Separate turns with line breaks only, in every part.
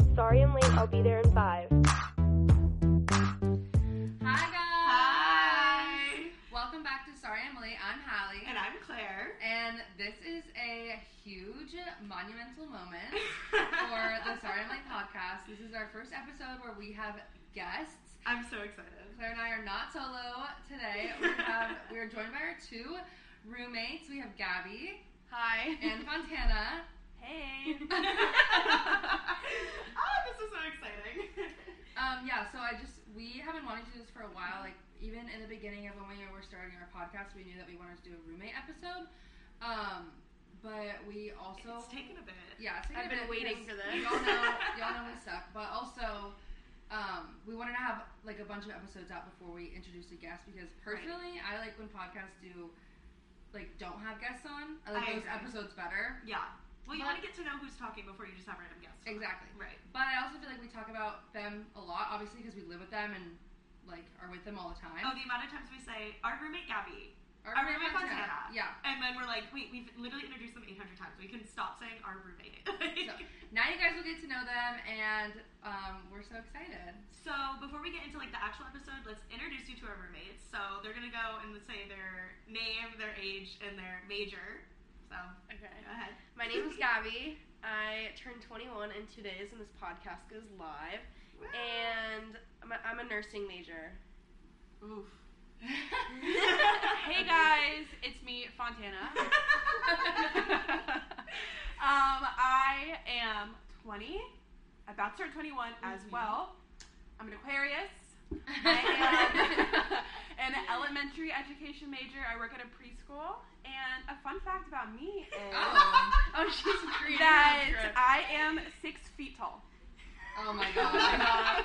Aquarium Lane. I'll be there in five.
Hi guys!
Hi.
Welcome back to Sorry Emily. I'm Hallie.
And I'm Claire.
And this is a huge monumental moment for the Sorry Emily podcast. This is our first episode where we have guests.
I'm so excited.
Claire and I are not solo today. We have we are joined by our two roommates. We have Gabby
Hi.
and Fontana.
Hey.
oh, this is so exciting.
Um, yeah, so I just we have been wanting to do this for a while. Like even in the beginning of when we were starting our podcast, we knew that we wanted to do a roommate episode. Um, but we also
it's taken a bit.
yeah, it's taken a
I've been
bit
waiting
because
for this.
Y'all know, y'all know we suck, but also. Um, we wanted to have like a bunch of episodes out before we introduce a guest because personally, I like when podcasts do like don't have guests on. I like
I
those
agree.
episodes better.
Yeah. Well, you
But-
want to get to know who's talking before you just have random guests.
Exactly.
Right.
But I also feel like we talk about them a lot, obviously, because we live with them and like are with them all the time.
Oh, the amount of times we say our roommate Gabby,
Oh,
our roommate Fontana.
Yeah.
and then we're like, wait, we've literally introduced them 800 times. We can stop saying our roommate.
So now you guys will get to know them, and um, we're so excited.
So before we get into like the actual episode, let's introduce you to our roommates. So they're gonna go and say their name, their age, and their major. So
Okay.
go ahead.
My name is Gabby. I turned 21 in two days, and this podcast goes live. And I'm a, I'm a nursing major.
Oof.
hey guys, it's me, Fontana. um, I am 20, about to turn 21 as
Mm-hmm.
well. I'm an Aquarius. I am an elementary education major. I work at a preschool. And a fun fact about me is
oh.
Oh, she's green.
that I am six feet tall.
oh my god.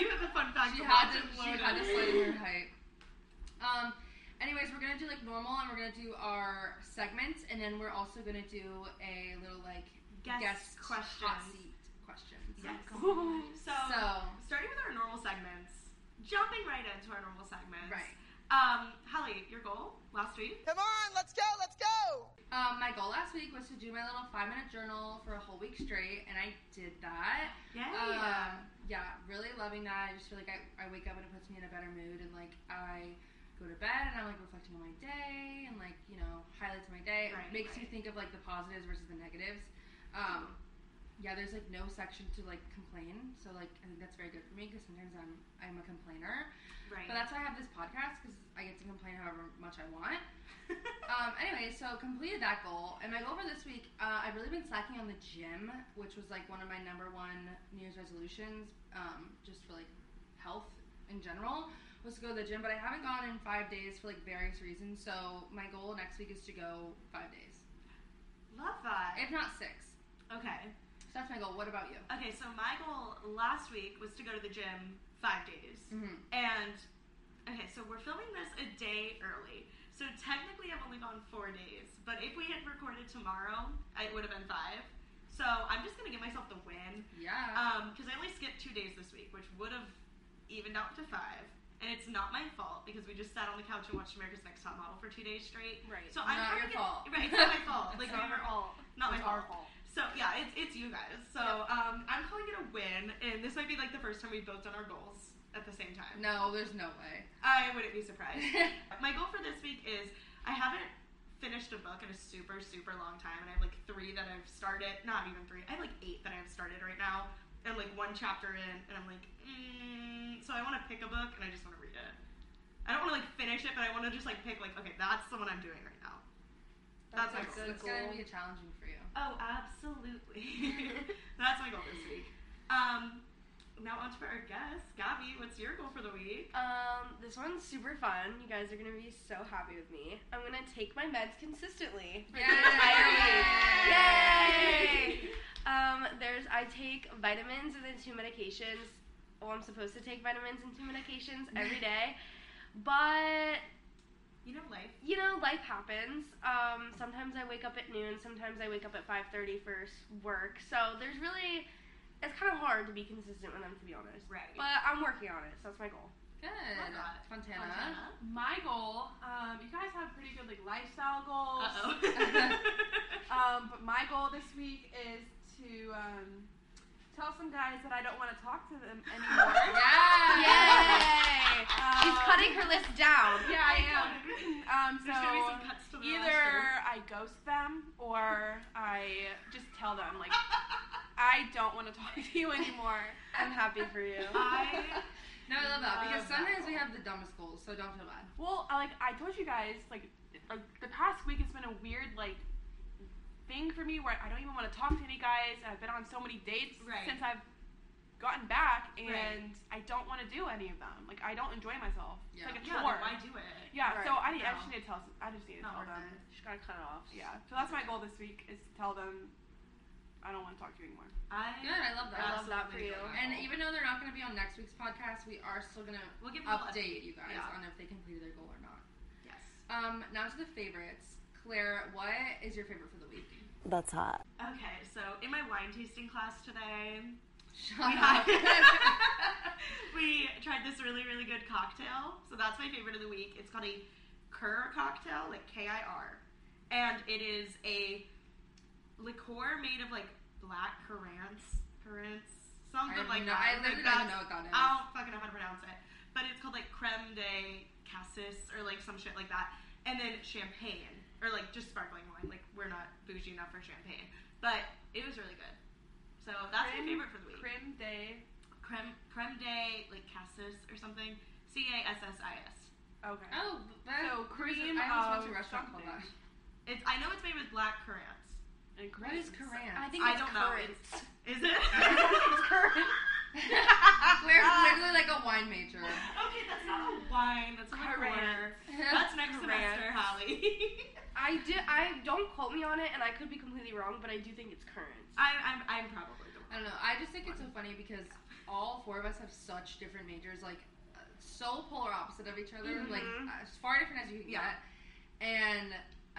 you have a fun fact.
she had
about
to
this
she
one.
had to slide in her height. Um anyways, we're gonna do like normal and we're gonna do our segments and then we're also gonna do a little like
guess,
guest
questions.
hot seat questions.
Yes. So,
So
starting with our normal segments, jumping right into our normal segments.
Right.
Um, Holly, your goal last week?
Come on, let's go, let's go.
Um, my goal last week was to do my little five minute journal for a whole week straight, and I did that.
Oh, Yeah.
Um, yeah, really loving that. I just feel like I, I wake up and it puts me in a better mood, and like I go to bed and I'm like reflecting on my day and like you know highlights of my day.
Right,
it makes you
right.
think of like the positives versus the negatives. Um, yeah, there's like no section to like complain, so like I think that's very good for me because sometimes I'm I'm a complainer,
right.
but that's why I have this podcast because I get to complain however much I want. Um, anyway, so completed that goal, and my goal for this week, uh, I've really been slacking on the gym, which was like one of my number one New Year's resolutions, um, just for like health in general, was to go to the gym. But I haven't gone in five days for like various reasons. So my goal next week is to go five days,
Love that.
if not six.
okay.
So that's my goal. What about you?
Okay, so my goal last week was to go to the gym five days.
Mm-hmm.
And okay, so we're filming this a day early. So technically, I've only gone four days. But if we had recorded tomorrow, it would have been five. So I'm just gonna give myself the win
Yeah.
because Um, I only skipped two days this week, which would have evened out to five. And it's not my fault because we just sat on the couch and watched America's Next Top Model for two days straight.
Right.
So I'm
Not your
trying to get-
fault.
Right, it's not my fault. Like
It's
we
not
were
our fault.
not my
It's our
fault.
fault.
So yeah, it's it's you guys. So um, I'm calling it a win, and this might be like the first time we've both done our goals at the same time.
no, there's no way.
I wouldn't be surprised. my goal for this week is I haven't finished a book in a super super long time, and I have like three that I've started. Not even three. I have like eight that I've started right now, and like one chapter in, and I'm like, mm, so I want to pick a book and I just want to read it. I don't want to like finish it, but I want to just like pick like okay, that's the one I'm doing right now. That's my
a
goal.
good
It's gonna
goal.
be challenging for you.
Oh, absolutely. That's my goal this week. Um, now on to our guest, Gabby. What's your goal for the week?
Um, this one's super fun. You guys are gonna be so happy with me. I'm gonna take my meds consistently.
Yay!
Yay! Um, there's I take vitamins and then two medications. Well, I'm supposed to take vitamins and two medications every day, but
You know life.
you know life happens. Um, sometimes I wake up at noon. Sometimes I wake up at 5:30 for s- work. So there's really, it's kind of hard to be consistent with them, to be honest.
Right.
But I'm working on it, so that's my goal.
Good.
Love that.
Fontana.
My goal, um, you guys have pretty good like lifestyle goals.
Uh
Uh-oh.
oh.
Uh, Um, but my goal this week is to um, to tell some guys that I don't want to talk to them anymore.
Yeah.
Yay!
um,
She's cutting her list down.
Yeah, I am. Um, so
There's gonna be some cuts to the
either I ghost them or I just tell them like I don't want to talk to you anymore.
I'm happy for you.
I
No, I love that because
Love that
sometimes we
goal.
have the dumbest goals, so don't feel bad.
well, I, like I told you guys, like like the past week has been a weird like thing for me where I don't even want to talk to any guys. and I've been on so many dates
Right.
since I've gotten back, and
Right.
I don't want to do any of them. Like I don't enjoy myself.
Yeah.
It's like a
Yeah,
chore.
then why do it?
yeah, so
Right.
I, need- I
No.
just need to tell. Some, I just need to
Not
tell
worth
them.
it.
She's gotta cut it off.
Yeah. So that's my goal this week is to tell them I don't want to talk to you anymore.
I
Good, I love that.
I love that for
absolutely
you.
don't
And
know.
even though they're not going to be on next week's podcast, we are still going to
we'll give them a
update you guys
Yeah.
on if they completed their goal or not.
Yes.
Um, now to the favorites. Claire, what is your favorite for the week?
That's hot.
Okay, so in my wine tasting class today,
Shut
we
up.
had we tried this really really good cocktail. So that's my favorite of the week. It's called a Kir cocktail, like K I R, and it is a liqueur made of like black currants, currants,
I,
something
have
like
no,
that.
I
Like,
literally
that's-
don't know what that is.
I don't fucking know how to pronounce it, but it's called like creme de cassis or like some shit like that. And then champagne or like just sparkling wine. Like we're not bougie enough for champagne, but it was really good. So that's my
Creme-
favorite for the week.
Crim day.
Creme creme de like cassis or something. C a s s i s.
Okay.
Oh, that, there's a-
So, cream
I almost went
of
to a restaurant called that.
something.
It's I know it's made with black currants.
And
What is
Crim's.
Korean?
I think
I
it's
don't know.
current.
Is it?
It's currant.
Claire's literally like a wine major.
okay, that's not a wine. That's a liqueur.
Currant.
That's next
Currants.
semester, Holly.
I do. I don't quote me on it, and I could be completely wrong, but I do think it's current.
I'm, I'm, I'm probably the
I
one.
don't know. I just think it's so funny because all four of us have such different majors, like uh, so polar opposite of each other, like
Mhm.
as far different as you can get.
Yeah.
And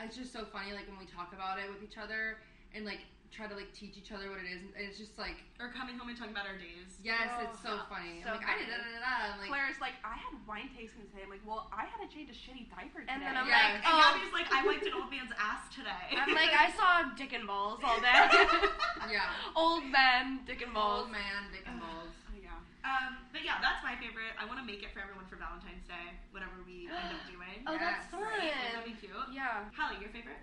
it's just so funny, like when we talk about it with each other and like try to like teach each other what it is, and it's just like
Or coming home and talking about our days.
yes,
Oh,
it's so
yeah.
funny.
So
I'm like I did da
funny.
da da. da. I'm like
Claire's like, I had wine tasting today. I'm like, well, I had to change a shitty diaper today.
And then I'm
Yeah.
like,
And
oh,
Gabby's like, I wiped an old man's ass today.
I'm like, I saw dick and balls all day.
yeah,
Old men, dick and
old
balls.
man, dick and balls.
oh yeah.
Um, but yeah, that's my favorite. I want to make it for everyone for Valentine's Day, whatever we end up doing.
Oh, that's
Yes,
fun.
right.
That'd be cute.
Yeah.
Holly, your favorite?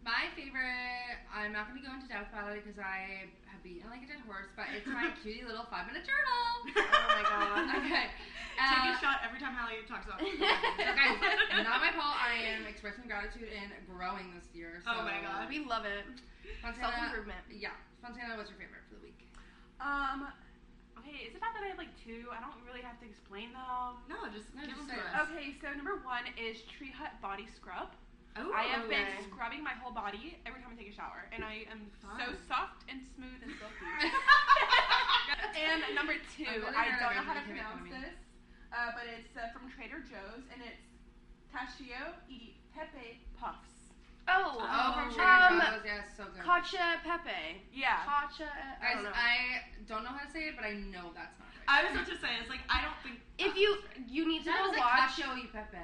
My favorite, I'm not going to go into depth about it because I have beaten like a dead horse, but it's my cutie little five minute
Oh
journal.
my
God.
Okay.
Take
Uh,
a shot every time Holly talks about.
so guys, not my fault. I am expressing gratitude and growing this year. So
Oh my God.
We love it. Self
Fontana,
improvement.
yeah, Fontana, what's your favorite for the week?
Um. Okay, is it bad that I have like two? I don't really have to explain them.
No, just
No,
give
just say
them to
it.
us.
Okay, so number one is Tree Hut Body Scrub.
Oh,
I have been
okay.
scrubbing my whole body every time I take a shower, and I am
Fun.
so soft and smooth and silky. And number two,
I'm really
I
nervous.
don't know how to
You can't
pronounce
make fun of me.
this, uh, but it's uh, from Trader Joe's, and it's Tashio y Pepe Puffs.
Oh,
Oh, from Trader
um,
Joe's, yes, so good.
Cacha Pepe.
Yeah.
Cacha.
guys,
I don't know.
I don't know how to say it, but I know that's not right.
I was about to say, it's like I don't think
If you you need to
that was
go
like
watch.
cacio e pepe.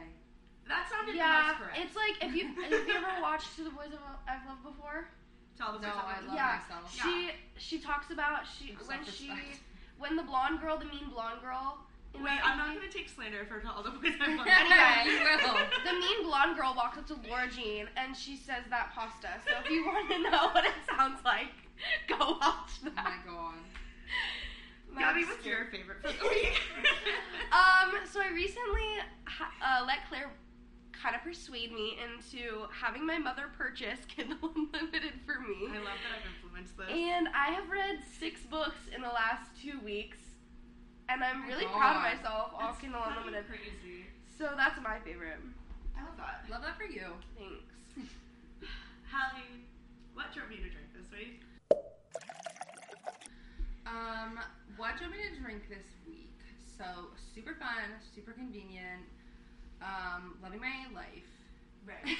that sounded
Yeah,
most correct.
it's like if you if you ever watched To the Boys I've Loved Before.
to all the
No,
boys out
I
there.
love
yeah,
myself.
She she talks about she
Have
when she
self-respect.
when the blonde girl, the mean blonde girl. in
Wait,
that
I'm not
movie-
gonna take slander for all the boys I've loved.
Anyway, you will.
The mean blonde girl walks up to Laura Jean and she says that pasta. So if you want to know what it sounds like, go watch
Oh my
that.
god.
Gabby,
That's
what's
cute.
your favorite for the week?
Um, so I recently ha- uh, let Claire kind of persuade me into having my mother purchase Kindle Unlimited for me.
I love that I've influenced this.
And I have read six books in the last two weeks, and I'm
my
really proud of
God.
myself. All
That's
Kindle
fucking
Unlimited.
Crazy.
So that's my favorite.
I love that.
Love that for you.
Thanks.
Hallie, what drove you to drink this week?
Um, what do you want me to drink this week? So super fun, super convenient. Um, loving my life
Right.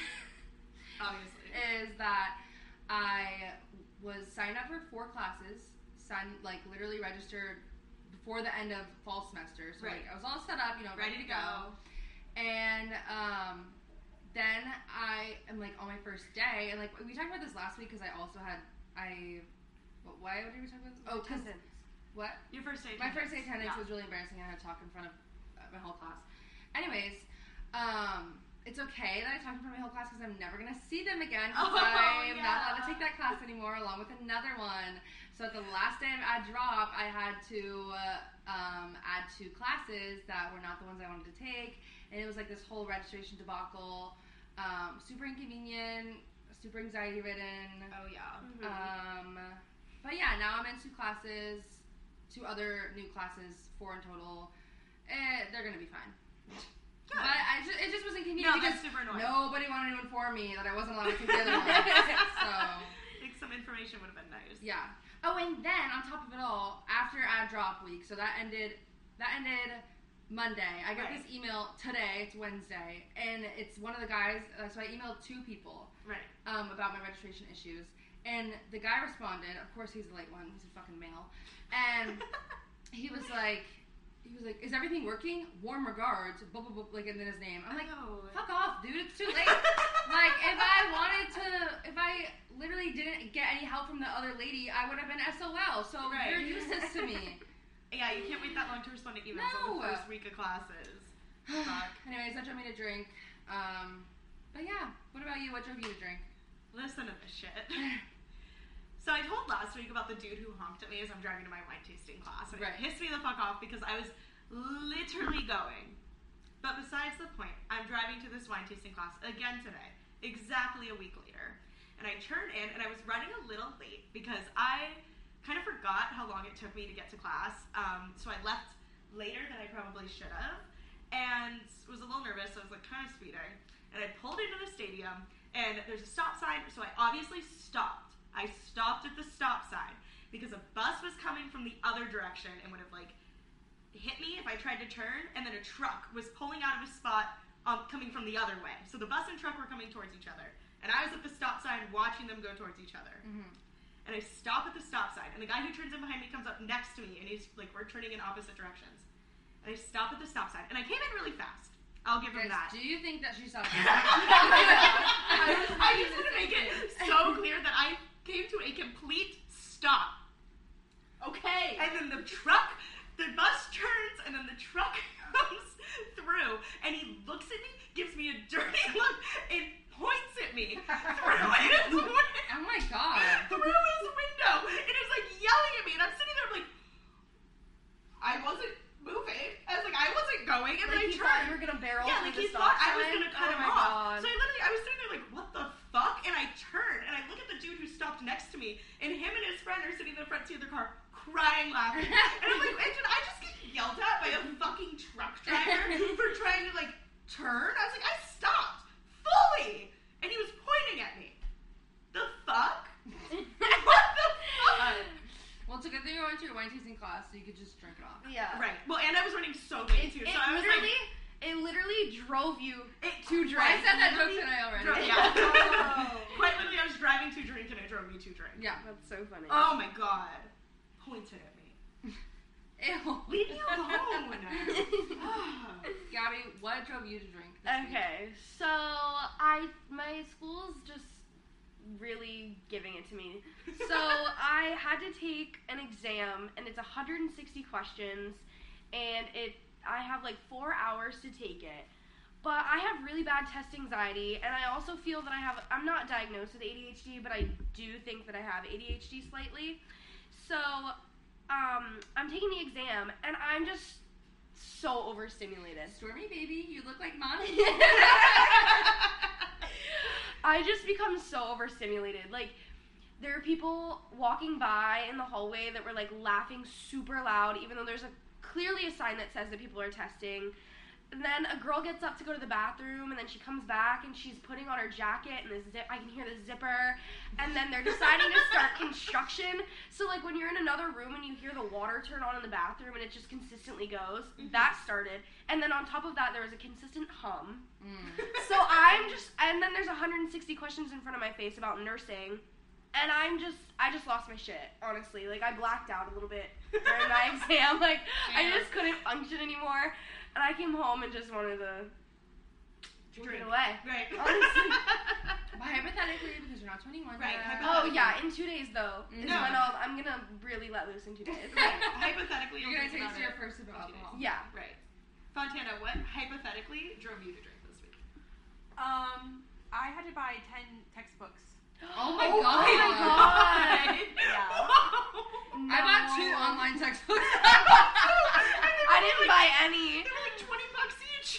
Obviously.
is that I was signed up for four classes, signed like literally registered before the end of fall semester. So
Right.
like I was all set up, you know, ready, to go. And um, then I am like on my first day, and like we talked about this last week because I also had I. What, why would we talk about this? Oh, 'cause
Attendance.
What?
Your first day.
My first day attendance
Yeah.
was really embarrassing. I had to talk in front of uh, my whole class. Anyways, um, it's okay that I talked in front of my whole class because I'm never gonna see them again. 'cause
Oh,
I'm not allowed to
yeah.
take that class anymore, along with another one. So at the last day of ad drop, I had to uh, um, add two classes that were not the ones I wanted to take, and it was like this whole registration debacle. Um, super inconvenient, super anxiety ridden.
Oh yeah.
Um, but yeah, now I'm in two classes, two other new classes, four in total. Eh, they're gonna be fine.
Good.
But I just, it just was
no,
inconvenient
that's
because
super annoying.
nobody wanted to inform me that I wasn't allowed to take the other one. So
Like some information would have been nice.
yeah. Oh, and then on top of it all, after ad drop week, so that ended that ended Monday. I got
Right.
this email today. It's Wednesday, and it's one of the guys. Uh, so I emailed two people
Right.
um, about my registration issues, and the guy responded. Of course, he's a late one. He's a fucking male, and he was like, he was like, "Is everything working? Warm regards." Blah blah blah. Like, and then his name. I'm like,
oh.
"Fuck off, dude. It's too late." like if I wanted to, if I literally didn't get any help from the other lady, I would have been SOL. So
Right.
you're useless to me.
Yeah, you can't wait that long to respond to emails on
No.
the first week of classes. Fuck.
Anyways, that drove me to drink. Um, but yeah, what about you? What drove you to drink?
Listen to this shit. So I told last week about the dude who honked at me as I'm driving to my wine tasting class. And
Right.
It pissed me the fuck off because I was literally going. But besides the point, I'm driving to this wine tasting class again today, exactly a week later. And I turned in and I was running a little late because I kind of forgot how long it took me to get to class. Um, so I left later than I probably should have and was a little nervous. So I was like kind of speeding. And I pulled into the stadium and there's a stop sign. So I obviously stopped. I stopped at the stop sign because a bus was coming from the other direction and would have like hit me if I tried to turn, and then a truck was pulling out of a spot um, coming from the other way. So the bus and truck were coming towards each other, and I was at the stop sign watching them go towards each other. And I stop at the stop sign, and the guy who turns in behind me comes up next to me, and he's like, "We're turning in opposite directions." And I stop at the stop sign, and I came in really fast. I'll give him
Guys,
that.
do you think that she saw me?
I just want to make it so clear that I came to a complete stop.
Okay.
And then the truck, the bus turns, and then the truck comes through, and he looks at me, gives me a dirty look, and points at me through his, win-
Oh my god.
through his window, and is like yelling at me, and I'm sitting there like, I wasn't moving. I was like, I wasn't going, and
Like
then I
he thought
turned.
you were gonna barrel
Yeah,
through
like
the
he
stop
thought I was
sign.
gonna cut
oh
him
my
off.
God.
So I literally, I was sitting there like, what the fuck? And I turn and I look at the dude who stopped next to me, and him and his friend are sitting in the front seat of the car, crying, laughing. and I'm like, and did I just get yelled at by a fucking truck driver for trying to like turn? I was like, I stopped fully, and he was pointing at me. The fuck? what the fuck?
Well, it's a good thing you went to your wine tasting class so you could just drink it off.
yeah.
Right. Well, and I was running so
It,
late too,
it
so I was
literally,
like,
it literally drove you
it
to
I
drink.
said that joke today already.
Drove- yeah. Quite literally, I was driving to drink and I drove me to drink.
Yeah.
That's so funny.
Oh my god. Pointed at me.
Ew.
Leave me alone. Oh.
Gabby, what drove you to drink? This Week?
Okay, so I my school's just really giving it to me. So I had to take an exam, and it's 160 questions, and it I have like four hours to take it. But I have really bad test anxiety, and I also feel that I have I'm not diagnosed with ADHD, but I do think that I have ADHD slightly. So um, I'm taking the exam, and I'm just so overstimulated.
Stormy, baby, you look like mom.
I just become so overstimulated. Like, there are people walking by in the hallway that were like laughing super loud, even though there's a clearly a sign that says that people are testing. And then a girl gets up to go to the bathroom, and then she comes back and she's putting on her jacket, and the zip. I can hear the zipper. And then they're deciding to start construction. So like when you're in another room and you hear the water turn on in the bathroom, and it just consistently goes. That started. And then on top of that, there was a consistent hum.
Mm.
So I'm just, and then there's 160 questions in front of my face about nursing, and I'm just, I just lost my shit, honestly. Like I blacked out a little bit during my exam. Like I just couldn't function anymore, and I came home and just wanted to drink,
Drink.
it away.
Right.
Honestly.
But hypothetically, because you're not 21
Right,
yet.
hypo-
Oh yeah, in two days though is
No.
when I'll, I'm gonna really let loose in two days.
Right. Hypothetically,
you're gonna
think
taste
about
your
it.
first sip of alcohol.
yeah.
Right. Fontana, what hypothetically drove you to drink this week?
Um, I had to buy ten textbooks.
Oh my
Oh
god!
my God.
Yeah.
Wow.
I bought two
No.
online textbooks.
I didn't buy any.
They were like twenty bucks each.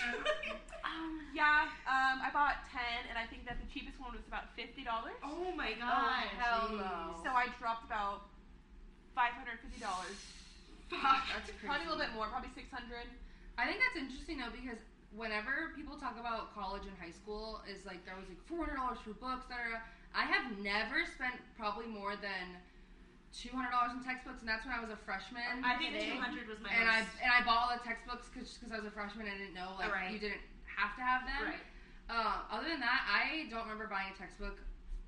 Yeah. Um, I bought ten, and I think that the cheapest one was about fifty dollars. Uh,
oh my
Oh,
god.
hell
geez.
no.
So I dropped about five hundred fifty dollars.
Fuck.
That's crazy.
Probably a little bit more. Probably six hundred.
I think that's interesting though because whenever people talk about college and high school, is like there was like four hundred dollars for books. Da, da, da. I have never spent probably more than two hundred dollars in textbooks, and that's when I was a freshman.
I think
Kidding.
two hundred was my
and I
most.
and I bought all the textbooks because I was a freshman. I didn't know like
Right.
you didn't have to have them.
right.
Uh, other than that, I don't remember buying a textbook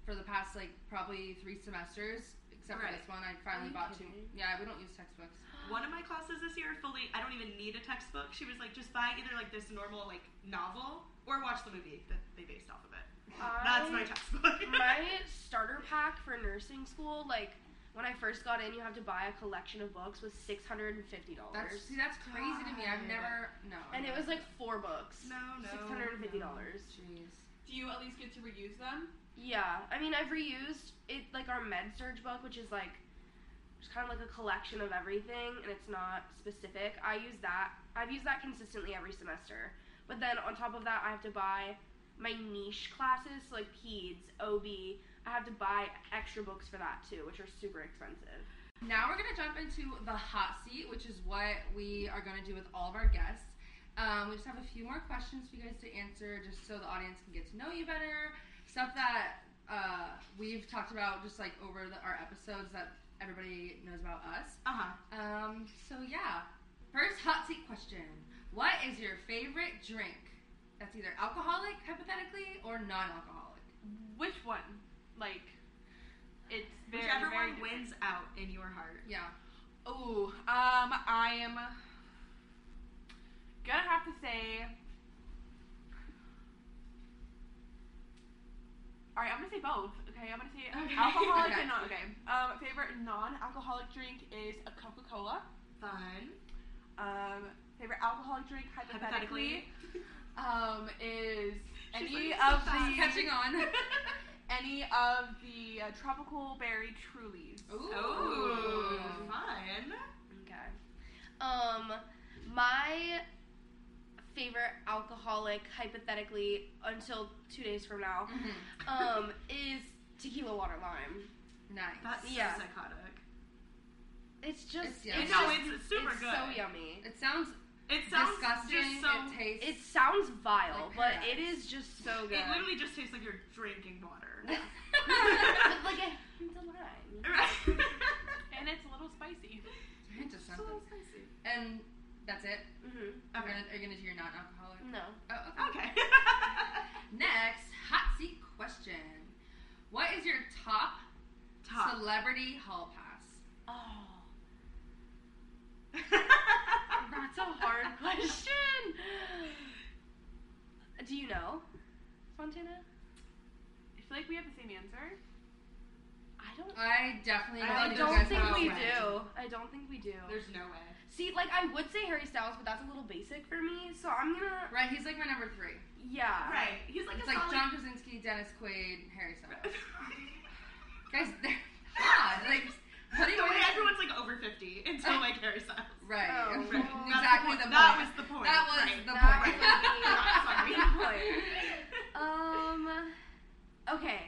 for the past like probably three semesters, except for
Right.
this one. I finally
you
bought two.
kidding?
Yeah, we don't use textbooks.
One of my classes this year fully. I don't even need a textbook. She was like, just buy either like this normal like novel or watch the movie that they based off of it. That's my
I-
textbook.
Um, my starter pack for nursing school, like when I first got in, you have to buy a collection of books was six hundred and fifty
That's
dollars,
see, that's crazy to me. I've
God.
never no.
and it was like four books,
no, no.
six hundred and fifty dollars.
Jeez.
Do you at least get to reuse them?
Yeah, I mean I've reused it like our med surge book, which is like just kind of like a collection of everything, and it's not specific. I use that. I've used that consistently every semester. But then on top of that, I have to buy my niche classes, so like E peds, OB. I have to buy extra books for that too, which are super expensive.
Now we're gonna jump into the hot seat, which is what we are gonna do with all of our guests. Um, we just have a few more questions for you guys to answer, just so the audience can get to know you better. Stuff that uh, we've talked about just like over the, our episodes that everybody knows about us.
Uh huh.
Um, so yeah, first hot seat question: What is your favorite drink? That's either alcoholic, hypothetically, or non-alcoholic.
Which one? Like, it's very,
Whichever
very
one
different.
wins out in your heart.
Yeah.
Ooh, um, I am gonna have to say. All right, I'm gonna say both. Okay, I'm gonna say
Okay.
alcoholic
Okay.
and non. Okay, um, favorite non-alcoholic drink is a Coca-Cola.
Fun.
Um, favorite alcoholic drink, hypothetically,
Hypothetically.
um, is
She's
any
like, so
of
fast.
the
Catching on.
any of the uh, tropical berry Trulies.
Ooh.
Oh, fun.
Okay. Um, my favorite alcoholic, hypothetically, until two days from now,
Mhm.
um, is tequila water lime.
Nice.
That's
Yeah.
so psychotic.
It's just,
It's yummy.
it's
No,
just-
it's- it's super
so
good.
yummy.
It sounds
It sounds
disgusting.
just so.
it tastes.
It sounds vile,
Like
but
paradise.
it is just so good.
it literally just tastes like you're drinking water.
With like a hint of lime.
right.
and it's a little spicy.
Hint of
So
something.
spicy.
And that's it.
Mm-hmm.
Are you
Okay. Mm.
gonna, are you gonna do your non-alcoholic?
No.
Oh, okay.
Okay.
Next hot seat question: What is your top,
Top.
celebrity hall pass?
Oh,
That's
that's a hard question. Do you know, Fontana?
I feel like we have the same answer.
I don't
I definitely.
I
I
know
think
don't
you guys
think
know
we
when.
do. I don't think we do.
There's no way.
See, like I would say Harry Styles, but that's a little basic for me. So I'm gonna
Right, he's like my number three.
yeah.
Right. He's like
it's
a
like
solid-
John Krasinski, Dennis Quaid, Harry Styles. guys, they're hot. Like putting
the way
women-
everyone's like over fifty until like Harry Styles.
Right.
Oh,
Right.
well,
That's
Exactly
the
the point.
point. That was the point.
That was
Right.
the
That
point.
was
the
the Um. Okay.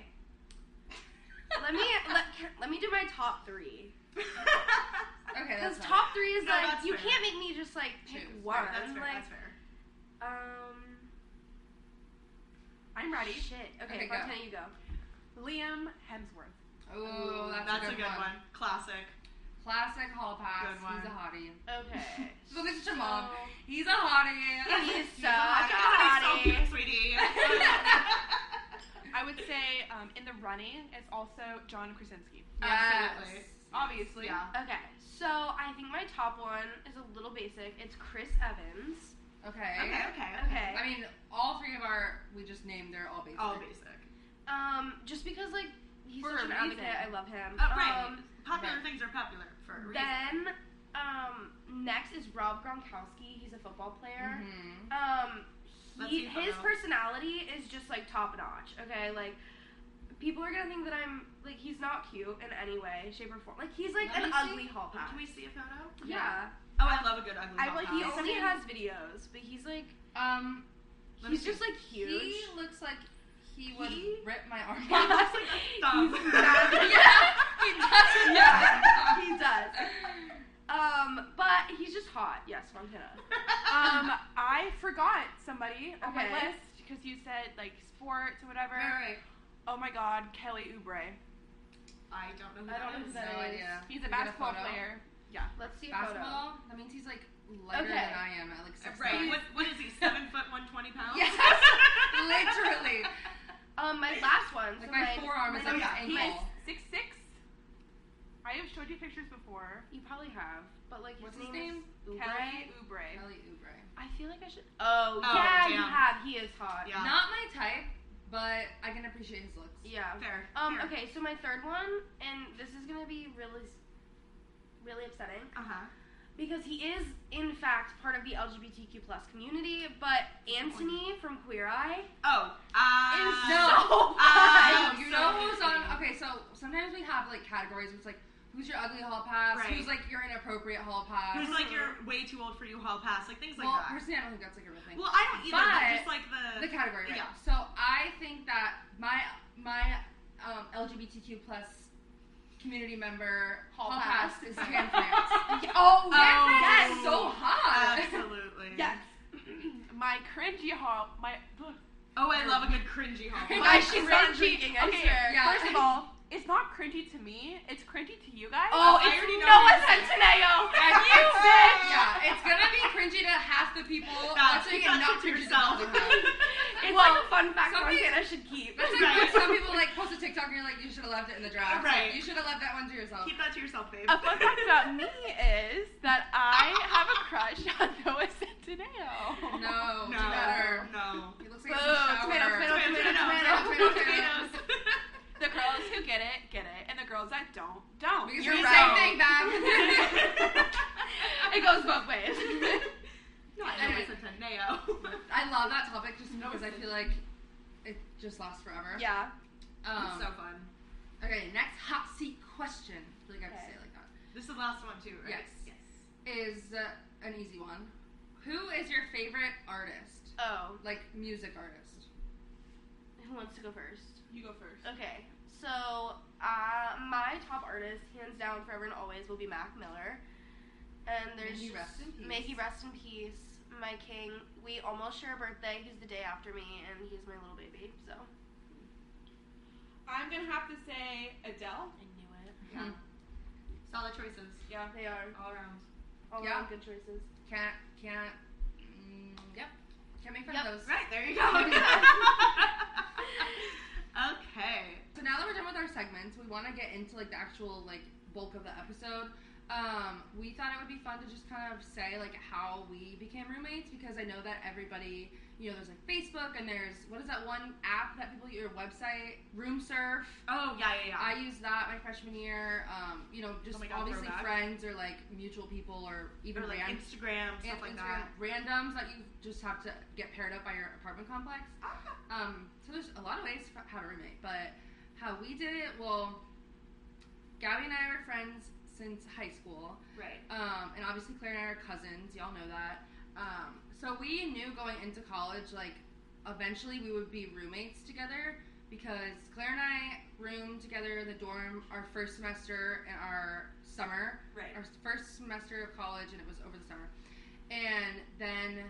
Let me let can- let me do my top three.
okay,
Because
that's fine.
top three is
No,
like
that's
you
fair.
can't make me just like pick
Choose.
one.
That's fair.
like
That's fair.
um.
I'm ready.
Shit. Okay,
Okay, go.
Fontana, you go.
Liam Hemsworth.
Ooh, that's, a good, one.
Classic.
Classic hall pass.
Good one.
He's a hottie.
Okay.
Look at your mom.
Um,
He's a hottie.
He is so
I got
hottie.
so cute, sweetie.
I would say um, in the running is also John Krasinski.
Absolutely.
Obviously.
Yeah.
Okay, so I think my top one is a little basic. It's Chris Evans.
Okay.
Okay, okay, okay.
Okay.
I mean, all three of our we just named. They're all basic.
All basic.
Um, just because like he's
For
such
a
an
reason.
advocate, I love him.
Uh, right.
Um,
popular
right.
things are popular for a reason.
then um, next is Rob Gronkowski. He's a football player.
Mhm.
Um,
Let's
he,
see photo.
his personality is just like top notch. Okay, like people are gonna think that I'm like he's not cute in any way, shape, or form. Like he's like
Let me
an
see.
ugly hall pass.
Can we see a photo?
yeah,
Oh, I love a good ugly
I like he
hot dog.
only
Something-
has videos, but he's like
Um,
Let me
he's
see.
just like huge.
he looks like he would
He-
rip my arm
He looks
off.
like
a thumb.
he's massive.
yeah, he does.
yeah, he does. Um, but he's just hot. Yes, Montana.
Um, I forgot somebody on my
Okay.
list because you said like sports or whatever.
Right, right.
Oh my God, Kelly Oubre.
I don't know who
I don't
that
know who
is.
that
No
is.
idea.
He's
We get a
a basketball
photo?
player.
Let's see a photo.
Basketball. That means he's like lighter
Okay.
than I am at like six.
Uh, Right.
nine.
What, what is he? Seven foot one twenty pounds.
Yes. Literally.
Um, my last one.
Like
so
my forearm is
my-
like his
yeah,
He is
ankle.
six six. I have showed you pictures before.
You probably have, but like his
What's his
name, is Oubre.
Kelly Oubre.
Kelly Oubre.
I feel like I should. Oh,
Oh,
yeah, you
damn.
have. He is hot.
Yeah.
Not my type, but I can appreciate his looks.
Yeah.
Fair.
Um. Okay. So my third one, and this is gonna be really, s- really upsetting
Uh huh.
because he is in fact part of the LGBTQ plus community, but Anthony from Queer Eye
Oh.
is
Uh,
so
I
I
am
hot.
know, you
so
know who's on.
confused.
Okay, so sometimes we have like categories. It's like who's your ugly hall pass,
Right.
who's like your inappropriate hall pass.
Who's like you're way too old for you hall pass, like things like
well,
that.
personally, I don't think that's like a real thing.
Well, I don't either. But,
But-
just like the,
the category, right?
yeah.
So I think that my my um, LGBTQ plus community member
Hall
hall,
pass.
pass. is Tan France.
oh,
Oh.
yes.
That's so hot.
absolutely.
Yes.
my cringy haul. My ugh.
Oh, I love a good cringy hall pass.
Why she's not
Cringy-
drinking, I
okay,
swear.
Yeah.
First of all, it's not cringy to me. It's cringy to you guys.
Oh,
I
it's
already know
Noah
what you're
Centineo.
you
bitch.
Yeah, it's gonna be cringy to half the people.
That's
Actually,
that's
not
it
cringy
yourself.
To the other half.
It's
Well,
like a fun fact
some people-
Montana should keep.
That's like
Right.
when some people like post a TikTok and you're like, you should have left it in the draft. Like,
Right.
you should have left that one to yourself.
Keep that to yourself, babe.
a fun fact about me is that I have a crush on Noah Centineo.
no,
no,
do better.
no.
He looks like he's in the
Boo,
shower.
tomato, tomato,
Tomato,
tomato,
tomato,
tomato.
tomato,
Potatoes.
The girls who get it, get it, and the girls that don't, don't.
Because
You're
you're the
right.
same thing back.
It goes both ways.
Not
Anyway.
Noah Centineo.
I love that topic just because I feel like it just lasts forever.
yeah.
Um,
It's so fun.
okay, next hot seat question. I feel like I have to say it like that.
This is the last one too, right?
Yes. Is uh, an easy one. Who is your favorite artist?
Oh,
Like music artist.
who wants to go first?
You go first.
Okay. So, uh, my top artist, hands down, forever and always, will be Mac Miller. And
May
there's
he
just-
rest in peace.
May he rest in peace, my king. We almost share a birthday. He's the day after me, and he's my little baby. So
I'm gonna have to say Adele.
I knew it.
Hmm.
Uh-huh. Solid choices.
Yeah.
They are
All around.
all
Yeah.
around good choices.
Can't can't. Mm, yep. Can't make fun
Yep.
of those.
Right, there you go. okay.
So now that we're done with our segments, we want to get into like the actual like bulk of the episode. Um, we thought it would be fun to just kind of say like how we became roommates because I know that everybody, you know, there's like Facebook and there's what is that one app that people your website Room Surf.
Oh, yeah, yeah, yeah.
I used that my freshman year. Um, you know, just
Oh my God,
obviously
throwback.
friends or like mutual people or even
or like
ran-
Instagram, stuff
and
like
Instagram
that.
randoms that you just have to get paired up by your apartment complex.
Ah.
Um, so there's a lot of ways to have a roommate, but how we did it, well, Gabby and I were friends since high school,
Right.
um, and obviously Claire and I are cousins. Y'all know that. Um, so we knew going into college, like, eventually we would be roommates together because Claire and I roomed together in the dorm our first semester and our summer
Right.
our first semester of college and it was over the summer. And then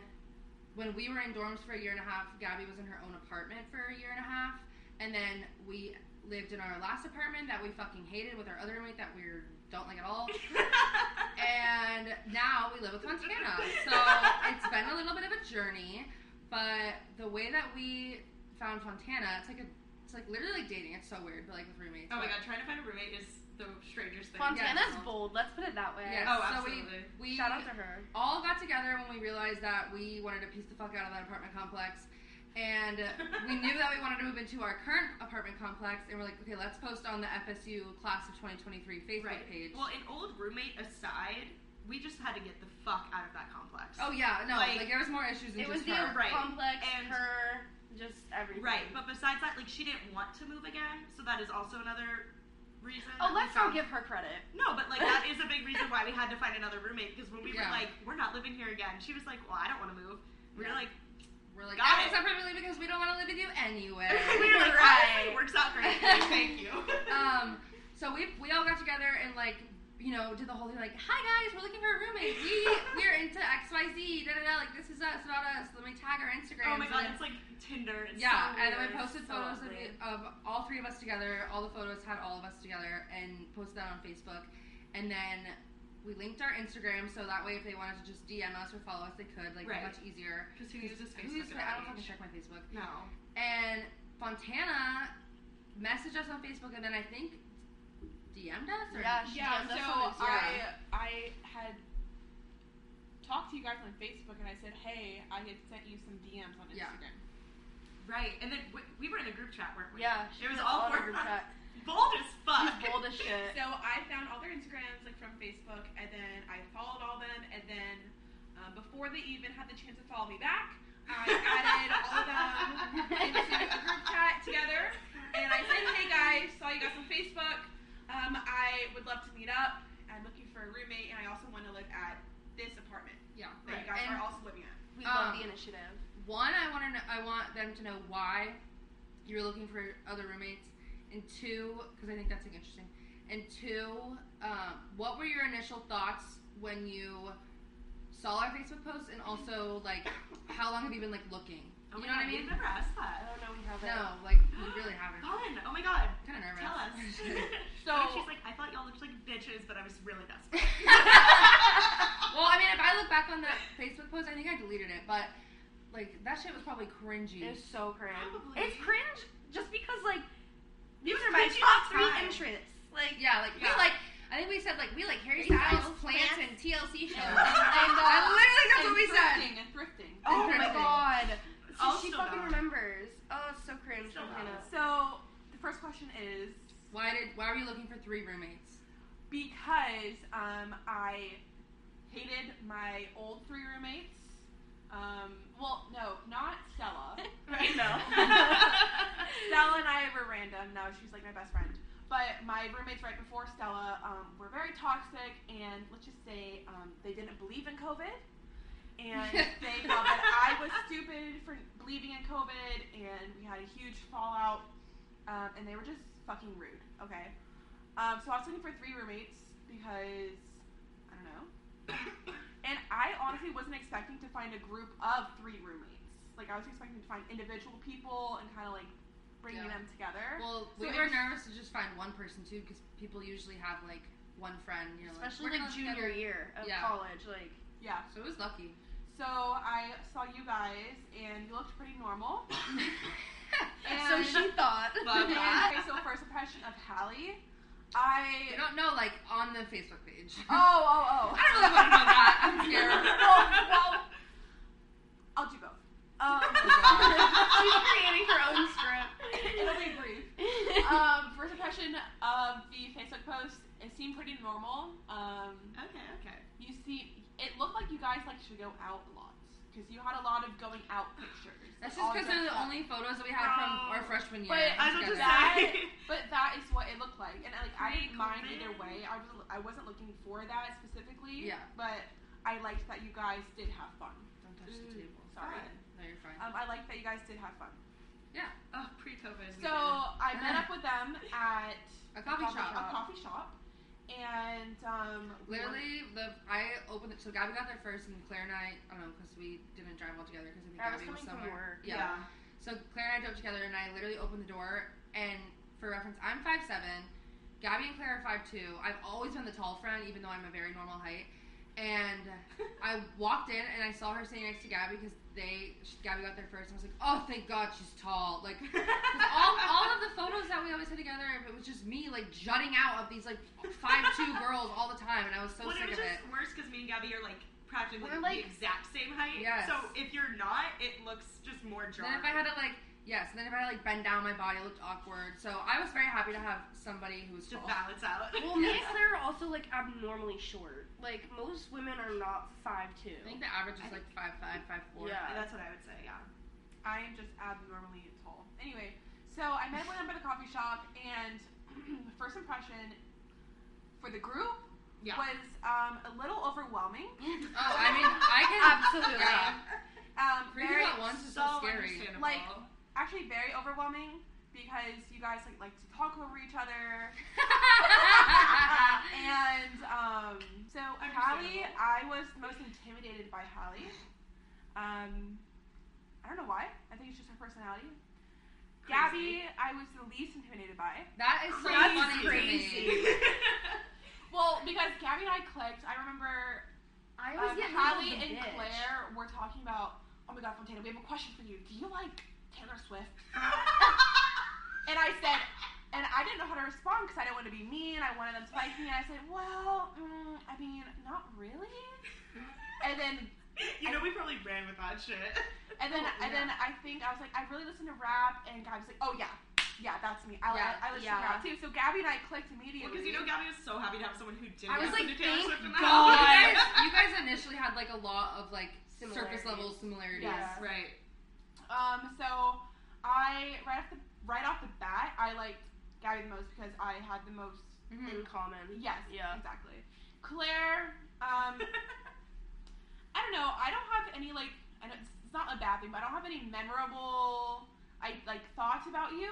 when we were in dorms for a year and a half, Gabby was in her own apartment for a year and a half. And then we lived in our last apartment that we fucking hated with our other roommate that we don't like at all. and now we live with Montana. So it's been a little bit of a journey, but the way that we found Fontana, it's like a, it's like literally like dating. It's so weird, but like with roommates.
oh my
but-
god, trying to find a roommate is the strangest thing.
Fontana's
Yeah.
bold. Let's put it that way.
Yeah,
Oh,
so we,
absolutely.
we
Shout out to her.
all got together when we realized that we wanted to piece the fuck out of that apartment complex. And we knew that we wanted to move into our current apartment complex, and we're like, okay, let's post on the FSU class of 2023 Facebook
right.
page.
Well, an old roommate aside, we just had to get the fuck out of that complex.
oh yeah, no, like,
like,
there was more issues than
It
just
was the
her.
Right.
complex,
And-
her, just everything.
Right, but besides that, like she didn't want to move again, so that is also another reason. that
Oh,
we
let's not
found-
give her credit.
No, but like that is a big reason why we had to find another roommate because when we
Yeah.
were like, we're not living here again, she was like, well, I don't want to move. We were
Yeah.
like,
We're like,
Got
that
it.
was separately because we don't want to live with you anyway.
we were like,
Right.
honestly, it works out great. Like, thank you. Oh
um, so we we all got together and like you know did the whole thing like, hi guys, we're looking for a roommate. We we're into X Y Z. Da da da. Like this is us about us. Let me tag our Instagram.
oh my god, it's like Tinder. It's
yeah,
so
and then we
weird.
posted
So
photos of, the-
ugly.
of all three of us together. All the photos had all of us together, and posted that on Facebook. And then we linked our Instagram so that way if they wanted to just DM us or follow us, they could. Like
Right.
much easier.
Because who uses
Who
Facebook?
uses-
at
I don't fucking
that age?
check my Facebook.
No.
And Fontana messaged us on Facebook, and then I think DM'd us. Or
Yeah, she
Yeah, so
DM'd us on Instagram.
I I had talked to you guys on Facebook and I said, hey, I had sent you some DMs on
Yeah.
Instagram.
Right, and then we, we were in a group chat, weren't we?
Yeah, she
It was
was
all
on our
four
group
of us.
chat.
Bold as fuck.
She's bold as shit.
So I found all their Instagrams like from Facebook, and then I followed all them, and then um, before they even had the chance to follow me back, I added all of them into a group chat together, and I said, "Hey guys, saw you guys on Facebook. Um, I would love to meet up. I'm looking for a roommate, and I also want to live at this apartment
Yeah.
Right,
that you guys
and-
are also living at."
We love
Um,
the initiative.
One, I want to. Know, I want them to know why you're looking for other roommates, and two, because I think that's like interesting. And two, um, what were your initial thoughts when you saw our Facebook post, and also like how long have you been like looking?
Oh
you
my
know what
god,
I
we've
mean?
never asked
I
that.
Oh,
don't know, we have it.
No, like you really haven't.
Fun. Oh my god.
Kind of nervous.
Tell us.
So-
What if she's like, I thought y'all looked like bitches, but I was really desperate.
well, I mean, if I look back on that Facebook post, I think I deleted it, but like that shit was probably cringy.
It's so cringe.
Probably.
It's cringe just because like
You
these
were
are my
cringy
top
all the
three
time.
interests. Like
Yeah, like
Yeah.
we like. I think we said like we like Harry
Harry
Styles,
Styles,
plants, and
plants.
TLC shows.
And,
and,
uh,
literally that's
and
what we said.
thrifting and thrifting.
oh my
Interesting.
god. So
Also
she fucking
bad.
remembers. Oh, it's so cringe.
So
Fontana.
bad.
So the first question is.
Why did why were you looking for three roommates?
because um, I hated my old three roommates. Um, well, no, not Stella.
right now.
Stella and I were random. No, she's like my best friend. But my roommates right before Stella um, were very toxic, and let's just say um, they didn't believe in COVID, and they thought that I was stupid for believing in COVID, and we had a huge fallout, um, and they were just fucking rude. Okay, um, so I was looking for three roommates because I don't know, and I honestly wasn't expecting to find a group of three roommates. Like I was expecting to find individual people and kind of like bringing
Yeah.
them together.
Well, we
So
were
it was-
nervous to just find one person too, because people usually have like one friend. You know,
Especially
we're
like
gonna
junior
together.
year of
Yeah.
college. Like
yeah.
So it was lucky.
So I saw you guys, and you looked pretty normal.
so
And-
she thought.
Love that.
okay, so first impression of Hallie,
You
I
don't know, like on the Facebook page.
oh oh oh.
I don't really want to know that. I'm scared.
well, well, I'll do both. Um,
She's creating her own script.
it'll be brief. Um, first impression of the Facebook post. It seemed pretty normal. Um,
Okay, okay.
you see, it looked like you guys like should go out a lot because you had a lot of going out pictures.
That's just
all
because they're
dressed
the
up.
only photos that we had from
No.
our freshman year.
I was
But
about to
together.
That-
say.
But that is what it looked like, and like I didn't mind
Pre-COVID.
either way. I was I wasn't looking for that specifically.
Yeah.
But I liked that you guys did have fun.
Don't touch the
Mm.
table.
Sorry.
Fun.
No, you're fine.
Um, I liked that you guys did have fun.
Oh, pre-COVID. we
So
did.
I met up with them at
A coffee shop.
a coffee shop, and um, we were-
Literally, the I opened it. So Gabby got there first, and Claire and I, I don't know, because we didn't drive well together because I think
I was
Gabby
coming from
somewhere.
work.
Yeah. So Claire and I drove together, and I literally opened the door. And for reference, I'm five seven. Gabby and Claire are five two. I've always been the tall friend, even though I'm a very normal height. and I walked in and I saw her sitting next to Gabby because they she, Gabby got there first. And I was like, oh, thank God she's tall. Like 'cause all all of the photos that we always had together, it was just me like jutting out of these like five two girls all the time, and I was so
well,
sick
it was
of
just
it.
worse because me and Gabby are like practically
We're, like-
the exact same height.
Yes.
So if you're not, it looks just more
Then
jarring.
if I had to like yes, and then if I had to like bend down my body, it looked awkward. So I was very happy to have somebody who was
just
tall.
balance out.
Well, me and Claire are also like abnormally short. Like most women are not five two.
I think the average is
I
like five five five four.
Yeah.
That's what I would say. Yeah.
I am just abnormally tall. Anyway, so I met with them at a coffee shop, and the first impression for the group
Yeah.
was um, a little overwhelming.
Oh, I mean, I can
Absolutely.
Yeah.
Um,
Mm-hmm. Three
very,
at once is so, scary.
understandable.
Like, actually, very overwhelming because you guys like like to talk over each other, and um, so Hallie,
Understandable.
I was the most intimidated by Hallie. Um, I don't know why. I think it's just her personality. Gabby, I was the least intimidated by.
That is so
That's
funny to me.
crazy.
Well, because Gabby and I clicked. I remember
I
um,
always get
Hallie
labeled the
and
bitch.
Claire were talking about, oh my God, Fontana, we have a question for you. Do you like Taylor Swift? And I said, and I didn't know how to respond because I didn't want to be mean. I wanted them to like me. And I said, well, mm, I mean, not really. And then,
you know, we probably ran with that shit.
and then,
Oh,
and then I think I was like, I really listen to rap. And Gabby was like, oh yeah, yeah, that's me. I,
Yeah,
I, I listen
yeah.
to rap too. So Gabby and I clicked immediately.
Because you know, Gabby was so happy to have someone who didn't
I was
listen to
like,
Taylor
thank
Swift in
you,
the
God.
house.
guys, you guys initially had like a lot of like surface
Similarities.
level similarities,
Yeah.
right?
Um, so I right off the right off the bat, I liked Gabby the most because I had the most.
Mhm.
in common.
Yes.
Mm. Yeah.
Exactly. Claire. Um, I don't know. I don't have any like. I know it's, it's not a bad thing, but I don't have any memorable I like thoughts about you.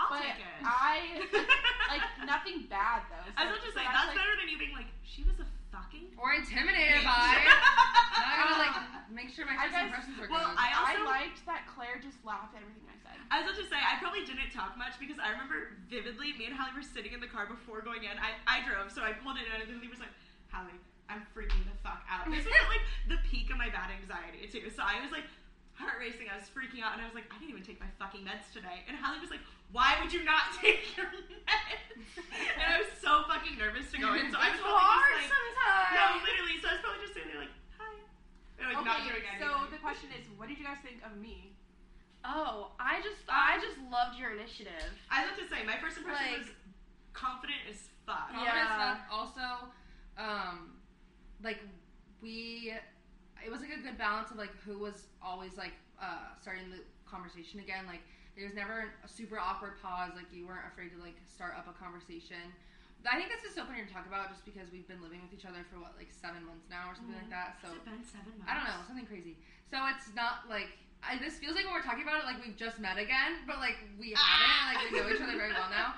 I'll
but
take it.
I like nothing bad though. So
I was about to
so
say,
that's,
that's
like,
better than you being like, she was a fucking.
Or intimidated
bitch."
by. Now I gotta like make sure my
I
first
guys-
impressions are good.
well, I
I
also.
liked that Claire just laughed at everything I said.
I was about to say, I probably didn't talk much because I remember vividly me and Hallie were sitting in the car before going in. I, I drove, so I pulled in and Hallie was like, Hallie, I'm freaking the fuck out. This was at, like the peak of my bad anxiety too. So I was like heart racing, I was freaking out, and I was like, I didn't even take my fucking meds today. And Hallie was like, Why would you not take your meds? And I was so fucking nervous to go in. So I was
It's
probably
hard
just like,
sometimes.
No, literally. So I was probably just sitting there like, hi. And like not doing anything.
so the question is, what did you guys think of me?
Oh, I just I just loved your initiative.
I was about to say, my first impression was
Like-
confident as fuck.
Yeah.
Confident as fuck. Also, um, like we, it was like a good balance of like who was always like uh, starting the conversation again. Like there was never a super awkward pause. Like you weren't afraid to like start up a conversation. But I think that's just so funny to talk about, just because we've been living with each other for what like seven months now or something like that. So
Has it been Mm-hmm. seven months?
I don't know, something crazy. So it's not like I, this feels like when we're talking about it, like we've just met again, but like we haven't. Like we know each other very well now.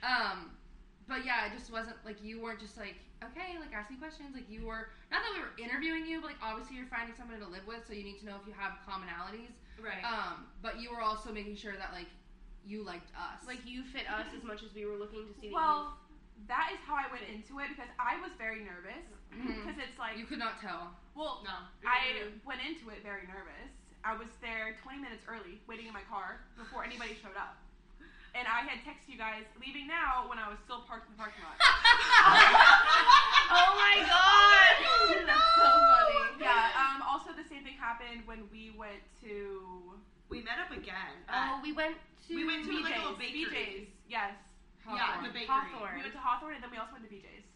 Um, but yeah, it just wasn't like you weren't just like okay, like asking questions. Like you were not that we were interviewing you, but like obviously you're finding somebody to live with, so you need to know if you have commonalities.
Right.
Um, but you were also making sure that like you liked us.
Like you fit us as much as we were looking to see. that
Well, that is how I went into it because I was very nervous
Mhm.
because it's like
you could not tell.
well,
no.
I went into it very nervous. I was there 20 minutes early, waiting in my car before anybody showed up. And I had texted you guys leaving now when I was still parked in the parking lot.
you- oh my god, that's so funny.
yeah. Um, also, the same thing happened when we went to
We met up again.
Oh, we went to
we went to like a little
BJ's.
bakery.
BJ's. Yes.
Yeah,
Hawthorne.
the bakery.
Hawthorne.
We went to Hawthorne and then we also went to BJ's.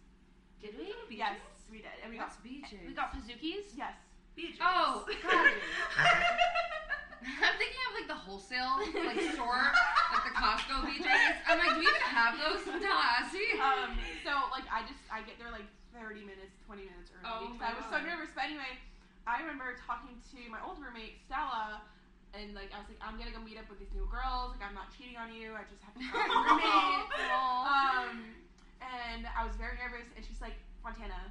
Did we?
Yes, we did. And we got
What's BJ's?
We got Pazookies.
yes.
BJ's.
Oh,
God.
I'm thinking of like the wholesale like store, like the Costco BJ's. I'm like, do we even have those in Tallahassee?
Um, so like I just I get there like 30 minutes, 20 minutes early
Oh
because
my
I was so
God.
nervous. But anyway, I remember talking to my old roommate Stella, and like I was like, I'm gonna go meet up with these new girls. Like I'm not cheating on you. I just have to find a roommate. Um, and I was very nervous, and she's like, Montana,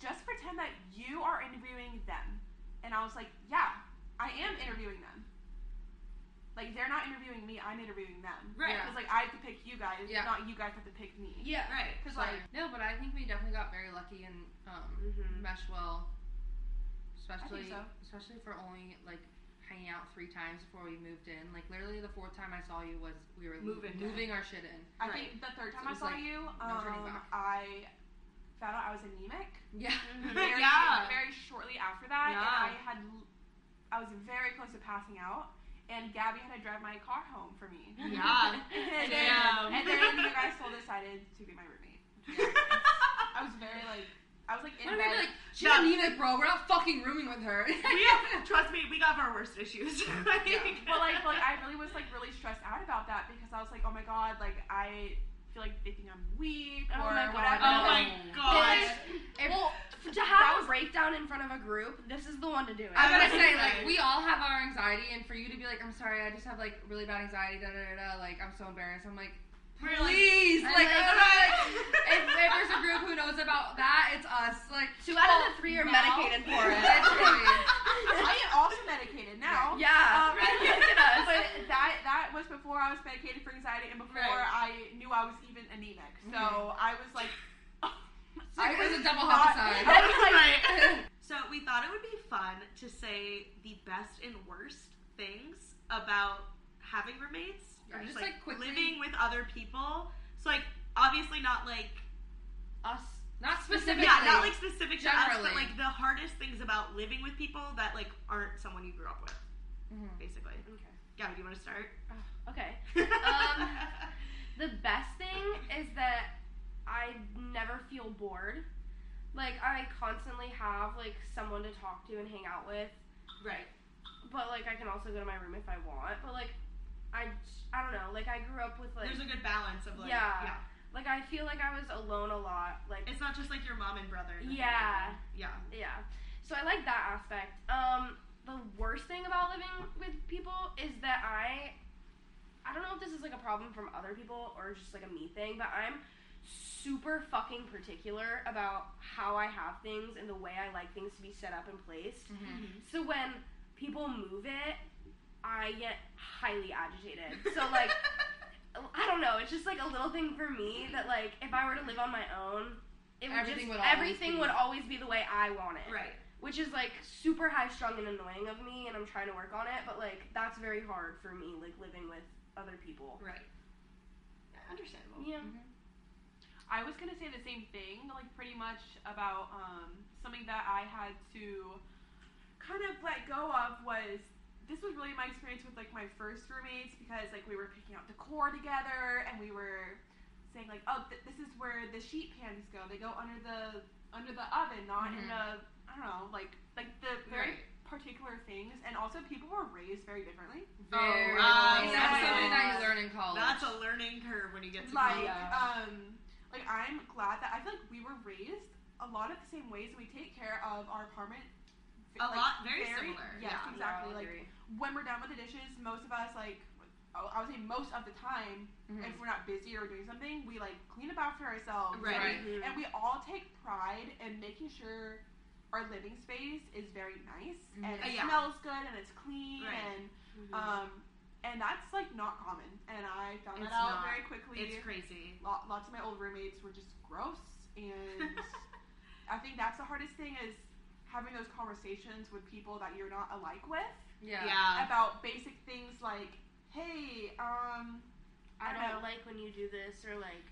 just pretend that you are interviewing them. And I was like, Yeah, I am interviewing them. Like they're not interviewing me, I'm interviewing them.
Right.
Because like I have to pick you guys,
Yeah.
not you guys have to pick me.
Yeah.
Right.
Because
So,
like
no, but I think we definitely got very lucky and um,
Mhm.
meshed well, especially
so.
especially for only like hanging out three times before we moved in. Like literally, the fourth time I saw you was we were
Moving day.
moving our shit in.
I
Right.
think the third
So
time
it
I
was,
saw
like,
you,
no turning
um,
back.
I found out I was anemic.
Yeah,
Very,
Yeah.
very shortly after that,
Yeah.
and I had, l- I was very close to passing out, and Gabby had to drive my car home for me.
Yeah.
and, then,
Damn.
and then you guys all decided to be my roommate. I was very like, I was like in
What do we
bed.
be like? She's
Yeah.
anemic, bro. We're not fucking rooming with her.
we have, trust me, we got our worst issues. Like-
Yeah.
but like, like I really was like really stressed out about that because I was like, oh my god, like I feel like they think I'm weak
Oh
or
my God.
whatever.
oh my god.
If-
well, f- to have a breakdown in front of a group, this is the one to do it.
I was
I
gonna
was
say,
gonna say.
like, we all have our anxiety, and for you to be like, I'm sorry, I just have, like, really bad anxiety, da da da da, like, I'm so embarrassed. I'm like,
We're
please!
I'm
Like,
like,
I'm like, if, if there's a group who knows about that, it's us. Like,
Two out of the three are
No.
medicated for it.
literally.
I am also medicated now.
yeah.
Um,
Look at us.
but that that was before I was medicated for anxiety and before I knew I was even anemic. So
Mhm.
I was like,
like it was a double
not-
homicide.
I was like,
Right. So we thought it would be fun to say the best and worst things about having roommates
Yeah,
or
just,
just, like,
like, quickly-
living with other people. So like obviously not like
Us.
Not specifically.
yeah, not like specific to us, but
Generally.
like the hardest things about living with people that like aren't someone you grew up with,
Mhm.
basically.
Okay.
Gabby, do you want to start?
Okay. The best thing is that I never feel bored. Like I constantly have like someone to talk to and hang out with.
right.
But like I can also go to my room if I want. But like I I don't know. Like I grew up with like
There's a good balance of like
Yeah.
yeah.
like I feel like I was alone a lot. Like
It's not just like your mom and brother. and the
Yeah.
family. Yeah.
yeah. So I like that aspect. Um the worst thing about living with people is that I I don't know if this is like a problem from other people or just like a me thing, but I'm super fucking particular about how I have things and the way I like things to be set up and placed.
Mhm.
So when people move it, I get highly agitated. So like I don't know, it's just like a little thing for me that like if I were to live on my own, it would
Everything
just
would always
everything
be-
would always be the way I want it.
Right.
Which is like super high strung and annoying of me and I'm trying to work on it, but like that's very hard for me like living with other people.
Right. Understandable.
Yeah.
I was gonna say the same thing, like pretty much about um, something that I had to kind of let go of was this was really my experience with like my first roommates because like we were picking out decor together and we were saying like oh th- this is where the sheet pans go they go under the under the oven not in
Mhm.
the I don't know like like the very particular things and also people were raised very differently
Very.
Oh, um,
nice. that's
yeah.
something that you learn in college.
That's a learning curve when you get to
like
college.
Yeah.
um like I'm glad that I feel like we were raised a lot of the same ways we take care of our apartment
A
like,
lot, very,
very-
similar.
yes,
yeah.
exactly,
Yeah, I
like-
agree.
when we're done with the dishes most of us like oh, I would say most of the time
Mm-hmm.
Mhm.
if we're not busy or doing something we like clean up after ourselves
Right.
Right.
Mhm.
and we all take pride in making sure our living space is very nice and
Mhm.
Uh,
it
yeah.
smells good and it's clean
Right.
and
Mm-hmm. uh,
um and that's like not common and I found
It's
that out
not.
very quickly
It's crazy.
Lo- lots of my old roommates were just gross and i think that's the hardest thing is having those conversations with people that you're not alike with
Yeah.
Yeah.
about basic things like hey um
I
I
don't
don't know.
like when you do this or like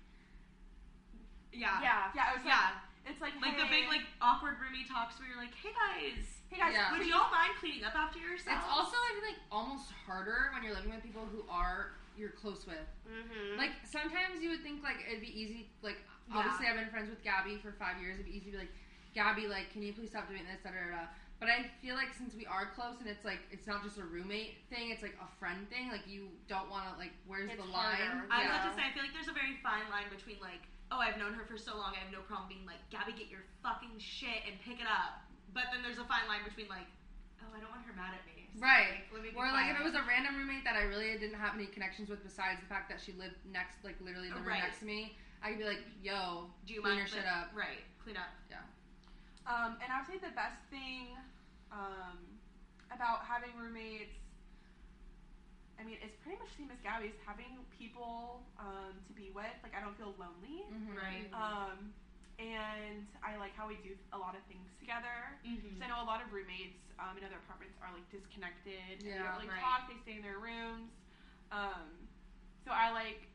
Yeah.
yeah.
yeah it was
Yeah.
like it's like
Like the
hey-
big, like, awkward roomie talks where you're like, hey guys,
hey guys
Yeah.
would
please-
you all mind cleaning up after yourselves?
It's also, I feel like, almost harder when you're living with people who are you're close with.
Mhm.
Like sometimes you would think like it'd be easy. Like
Yeah.
obviously I've been friends with Gabby for five years. It'd be easy to be like, Gabby, like can you please stop doing this? Da da da. da." But I feel like since we are close and it's like it's not just a roommate thing, it's like a friend thing. Like you don't want to like where's
It's
the
harder.
line?
I was
yeah.
about to say, I feel like there's a very fine line between, like, oh, I've known her for so long, I have no problem being like, Gabby, get your fucking shit and pick it up. But then there's a fine line between, like, oh, I don't want her mad at me. So,
Right.
Like, let me be
Or like if
quiet.
it was a random roommate that I really didn't have any connections with besides the fact that she lived next, like literally in the room
Oh, Right.
next to me, I could be like, yo,
Do you
clean
mind
your shit
like-
up?
Right. Clean up.
Um, and I would say the best thing um, about having roommates I mean, it's pretty much the same as Gabby's having people um, to be with. Like, I don't feel lonely.
Mm-hmm.
Right.
uh,
Um, and I like how we do a lot of things together.
Mm-hmm.
Because I know a lot of roommates um, in other apartments are like disconnected. and they
Yeah,
don't really
right.
talk. They stay in their rooms. Um, so I like,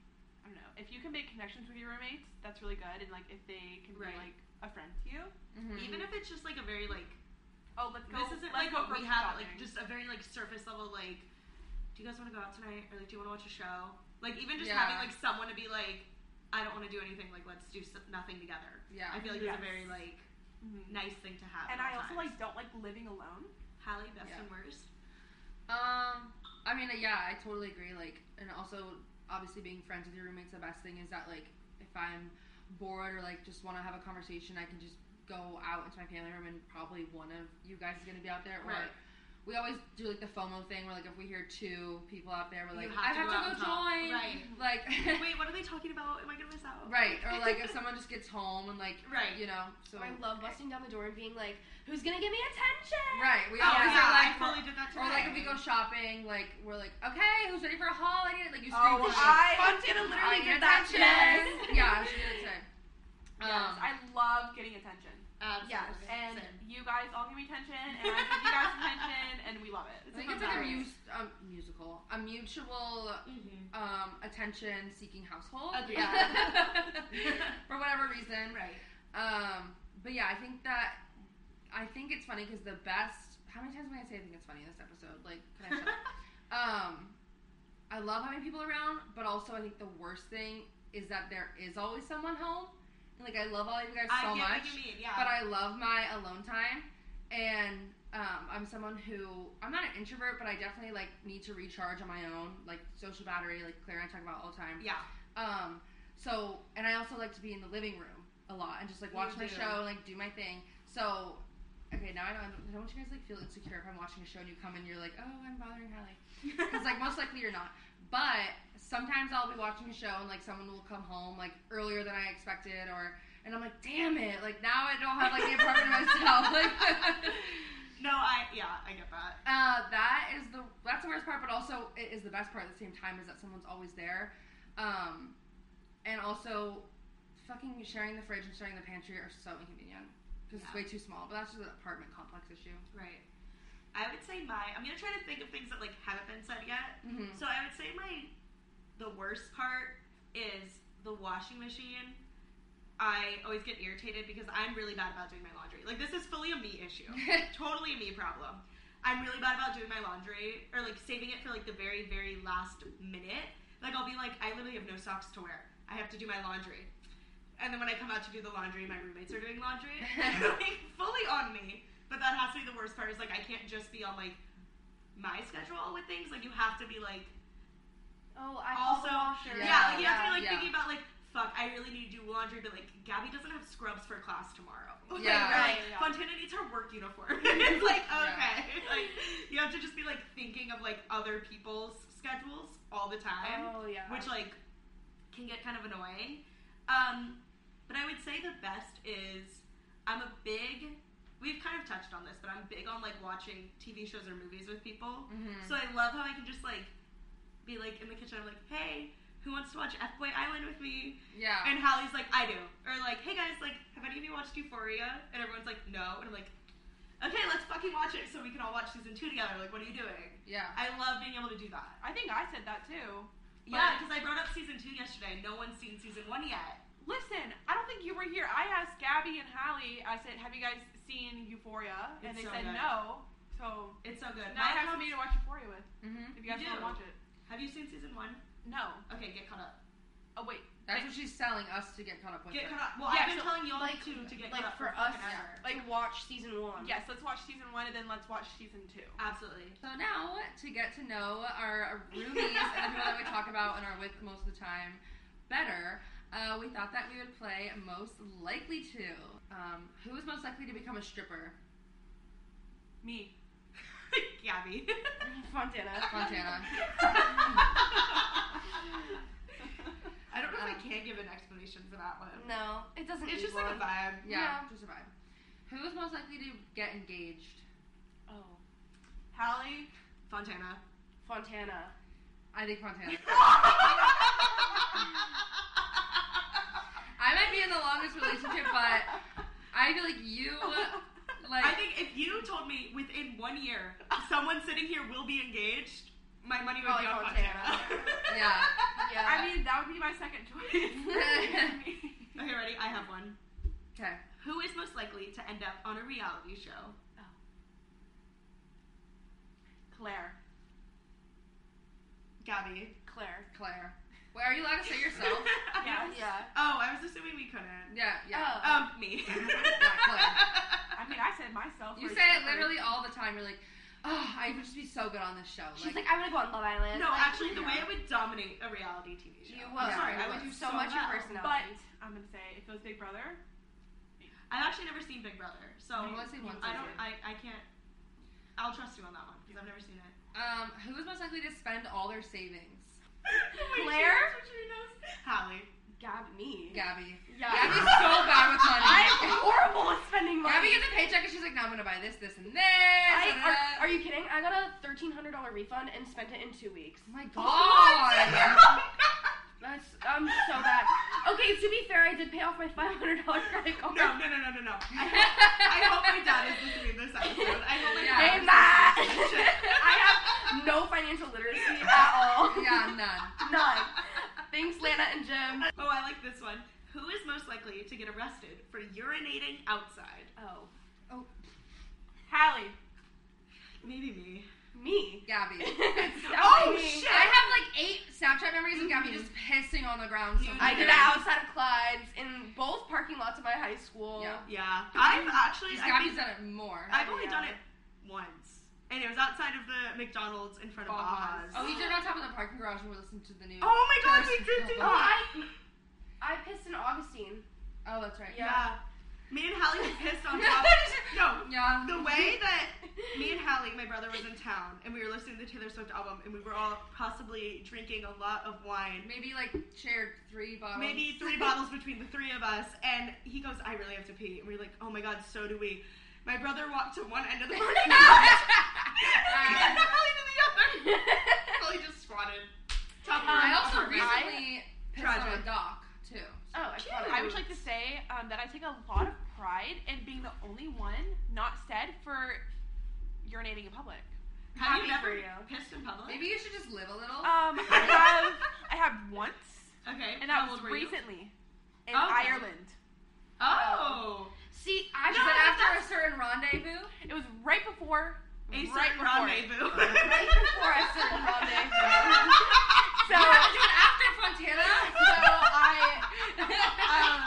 I don't know. If you can make connections with your roommates, that's really good. And like if they can
Right.
be like a friend to you.
Mm-hmm.
Even if it's just like a very like
Oh, let's go.
this isn't like
let's
what
go
we
grocery
have like
shopping.
just a very like surface level like do you guys want to go out tonight or like do you want to watch a show like even just
Yeah.
having like someone to be like I don't want to do anything like let's do s nothing together
Yeah.
I feel like it's a
Yes.
very like
Mhm.
nice thing to have
And
at
I
all
also
times.
like don't like living alone.
Hallie best
Yeah.
and worst
Um, I mean, yeah, I totally agree. Like, and also, obviously, being friends with your roommates, the best thing is that, like, if I'm bored or, like, just want to have a conversation, I can just go out into my family room and probably one of you guys is going to be out there. Or
Right.
we always do, like, the FOMO thing where, like, if we hear two people out there, we're
You
like,
have
I
to
have
go
to
out
go,
and talk."
join.
Right.
Like,
wait what are they talking about am I gonna miss out
right. Or, like, if someone just gets home and, like,
Right.
you know, so.
I love busting down the door and being like, "Who's gonna give me attention?"
Right. We
oh
always
yeah,
are
I
like,
fully did that
or,
today
like, if we go shopping, like, we're like, okay, who's ready for a haul? I need it. Like, you scream
Oh,
to-
I
Montana
I
literally
did
did that today.
Yeah, she did it today.
yes,
Um,
I love getting attention.
Absolutely.
Yes,
And
Same.
you guys all give me attention, and I give you guys attention, and we love it.
I
It's
think
a
it's
fun
like a
time.
mus- um, musical, a mutual
Mm-hmm.
um, attention-seeking household.
Agreed.
For whatever reason.
right
Um, but yeah, I think that I think it's funny because the best. How many times am I gonna say I think it's funny in this episode? Like, can I shut up? Um, I love having people around, but also I think the worst thing is that there is always someone home. And, like, I love all of you guys
I
so
get
much.
what you mean yeah
but I love my alone time. And um, I'm someone who I'm not an introvert, but I definitely like need to recharge on my own, like social battery, like Claire and I talk about all the time.
yeah
Um, so and I also like to be in the living room a lot and just like
You
watch my
do.
show and like do my thing. So okay, now I don't, I don't want you guys like feel insecure if I'm watching a show and you come and you're like, oh, I'm bothering Hallie. Because like most likely you're not. But sometimes I'll be watching a show and like someone will come home like earlier than I expected or and I'm like, damn it, like now I don't have like the apartment to myself. Like
no I yeah I get that
uh, that is the that's the worst part, but also it is the best part at the same time is that someone's always there. Um and also fucking sharing the fridge and sharing the pantry are so inconvenient. Because it's
Yeah.
way too small, but that's just an apartment complex issue.
right I would say my I'm gonna try to think of things that like haven't been said yet
Mm-hmm.
So I would say my the worst part is the washing machine. I always get irritated because I'm really bad about doing my laundry. Like this is fully a me issue. totally a me problem. I'm really bad about doing my laundry or like saving it for like the very very last minute. Like I'll be like I literally have no socks to wear. I have to do my laundry. And then when I come out to do the laundry, my roommates are doing laundry. like fully on me. But that has to be the worst part is like I can't just be on like my schedule with things. Like you have to be like
Oh, I
also
washer.
Yeah,
yeah, like you have to be like
yeah.
thinking about like fuck i really need to do laundry but like gabby doesn't have scrubs for class tomorrow Like,
Yeah.
or, like,
Right, yeah.
fontana needs her work uniform it's like
Yeah.
okay like you have to just be like thinking of like other people's schedules all the time
Oh yeah.
which like can get kind of annoying um but i would say the best is i'm a big we've kind of touched on this but i'm big on like watching tv shows or movies with people
Mm-hmm.
so I love how I can just like be like in the kitchen. I'm like, hey, who wants to watch F Boy Island with me?
Yeah.
And Hallie's like, I do. Or like, hey guys, like, have any of you watched Euphoria? And everyone's like, no. And I'm like, okay, let's fucking watch it so we can all watch season two together. Like, what are you doing?
yeah.
I love being able to do that.
I think I said that too.
Yeah, because I brought up season two yesterday. No one's seen season one yet.
Listen, I don't think you were here. I asked Gabby and Hallie. I said, "Have you guys seen Euphoria?" And
It's
they
so
said
good.
no. So
It's so good. My
now I have
house-
somebody to watch Euphoria with.
Mm-hmm.
If you guys
You do.
want to watch it.
have you seen season one?
No.
Okay, get caught up.
Oh wait.
That's what she's selling us to get caught up with. it.
Get caught up. Well, I've
Yeah,
been
so,
telling you all
like-
two to get
like
caught up
for us,
fucking
yeah.
ever.
like watch season one.
Yes, let's watch season one and then let's watch season two.
Absolutely.
So now to get to know our roomies and the people that we talk about and are with most of the time better, uh, we thought that we would play most likely to. Um, who is most likely to become a stripper?
Me.
Gabby.
Fontana.
Fontana.
I don't know if I
Um,
can give an explanation for that one.
No, it doesn't.
It's
need
just like a
one.
vibe.
Yeah,
Yeah.
just a vibe. Who is most likely to get engaged?
Oh. Hallie.
Fontana.
Fontana.
I think Fontana. I might be in the longest relationship, but I feel like you, like,
I think if you told me within one year someone sitting here will be engaged, my money would
Probably
be on
Fontana.
Fontana.
yeah.
Yeah.
I mean, that would be my second choice.
Okay, ready? I have one.
Okay.
Who is most likely to end up on a reality show?
Claire.
Gabby.
Claire.
Claire. Wait, are you allowed to say yourself?
Yes.
Yeah.
Oh, I was assuming we couldn't.
Yeah, yeah.
Oh.
Um, me.
I mean, I said myself.
you
for
say it
sure.
literally all the time. You're like, oh, I would just be so good on this show.
She's like, I want to go on Love Island.
no,
Like,
actually, the way it would dominate a reality TV show.
you would.
I'm sorry,
Yeah,
I
you
would do
so, much
well.
your
But
personality.
I'm gonna say if it was Big Brother,
I've actually never seen Big Brother, so
I've only seen one
I don't.
season.
I, I can't. I'll trust you on that one because I've never seen it.
um, who is most likely to spend all their savings?
Wait, she knows
Claire?
what she knows. Hallie.
Gab me.
Gabby.
Yeah.
Gabby's so bad with money.
I'm horrible at spending money.
Gabby gets a paycheck and she's like, no, I'm gonna buy this, this, and this. da, da,
I,
da.
are, are you kidding? I got a thirteen hundred dollar refund and spent it in two weeks.
Oh my
What?
god.
That's I'm so bad. Okay, to be fair, I did pay off my five hundred dollar credit card.
No, no, no, no, no, no. I hope, I hope my dad is listening to this episode. I hope my
Yeah.
dad
Hey,
is
Ma!
listening to this episode.
I have no financial literacy at all.
yeah, none.
None. Thanks, Lana and Jim.
Oh, I like this one. Who is most likely to get arrested for urinating outside?
Oh,
Hallie.
Maybe me.
me.
Gabby.
It's
Oh,
me.
shit.
I have like eight Snapchat memories of Gabby just pissing on the ground. So bad.
I did it outside of Clyde's in both parking lots of my high school.
Yeah.
Yeah, I've actually.
Because
I
Gabby's
think,
done it more.
I've only
Yeah.
done it once, and it was outside of the McDonald's in front of Baja's.
Baja's.
oh, we did it on top of the parking garage and we listened to the news.
Oh my god, we did do
Oh,
that.
I, I pissed in Augustine.
Oh, that's right.
Yeah.
Me and Hallie were pissed on top. no,
Yeah.
the way that me and Hallie, my brother, was in town, and we were listening to the Taylor Swift album, and we were all possibly drinking a lot of wine.
Maybe like shared three bottles.
Maybe three bottles between the three of us, and he goes, "I really have to pee," and we are like, "Oh my god, so do we." My brother walked to one end of the parking lot, and Hallie to the other. Hallie just squatted. Top of her-
Um, I also
upper back.
recently pissed on
Tragic.
a dock too.
Oh, I
Cute.
thought it
I would
was-
like to say um, that I take a lot of pride in being the only one not said for urinating in public.
Have you
happy for
never
you.
pissed in public?
Maybe you should just live a little.
Um,
Uh,
I have I have once,
Okay.
and
how
that was
old were you?
recently in
Okay.
Ireland.
Oh.
See, I
Is
just
it
said
after a certain rendezvous?
It was right before,
A certain
right
rendezvous.
before,
right before I said rendezvous.
so
You have to do it after Fontana.
so I um,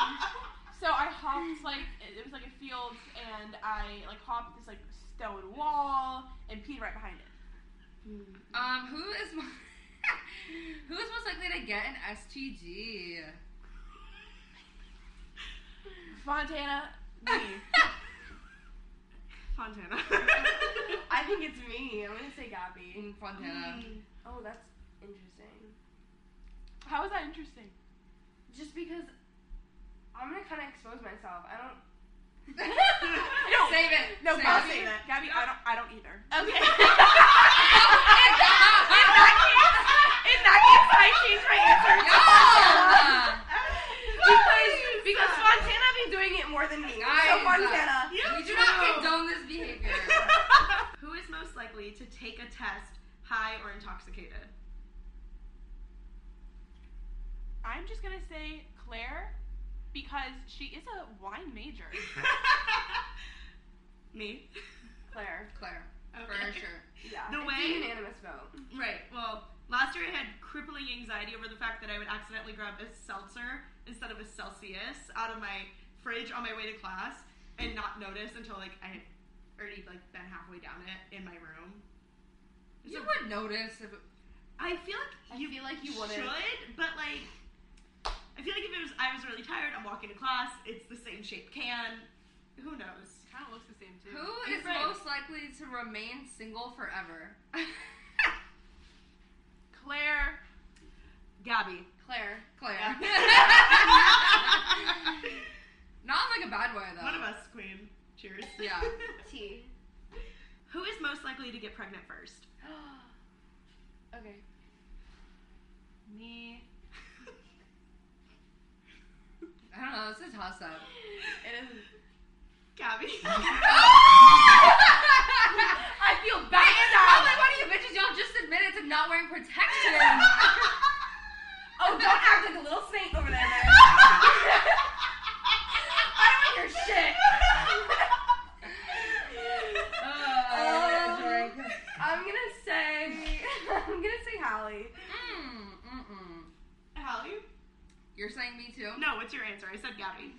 so I hopped like it it was like a field, and I like hopped this like stone wall and peed right behind it.
Um, who is mo- who is most likely to get an STD?
Fontana, me.
Fontana.
I think it's me. I'm gonna say Gabby.
In Fontana.
Oh, that's interesting.
How is that interesting?
Just because I'm gonna kind of expose myself. I don't.
No.
Save it.
No,
Save it.
Gabby,
say that.
Gabby, I don't, I don't either.
In that case, I change my answer.
Yeah.
Because because Fontana be doing it more than me. so
Guys,
Fontana.
Yeah,
We do not
true.
condone this behavior.
Who is most likely to take a test high or intoxicated?
I'm just gonna say Claire because she is a wine major.
Me.
Claire.
Claire,
Okay.
for sure.
Yeah.
The
it's
way-
a unanimous vote.
Right. Well, last year I had crippling anxiety over the fact that I would accidentally grab a seltzer instead of a Celsius out of my fridge on my way to class and not notice until like I had already like been halfway down it in my room.
You would notice if it,
I feel like
I
you
feel like you wouldn't.
should, but like I feel like if it was I was really tired, I'm walking to class, it's the same shaped can. Who knows?
kind of looks the same too.
who
You're
is
right.
most likely to remain single forever.
Claire.
Gabby.
Claire.
Claire. not in like a bad way though.
One of us, Queen. Cheers.
Yeah.
T.
Who is most likely to get pregnant first?
okay.
Me.
I don't know. This is toss up.
It is.
Gabby.
I feel
I
bad.
am probably one of you bitches. Y'all just admitted to not wearing protection.
Oh, don't act like a little snake over there. man. I don't hear shit.
Oh, drink.
I'm gonna say. I'm gonna say Hallie.
Mm, mm-mm.
Hallie?
You're saying me too?
No, what's your answer? I said Gabby.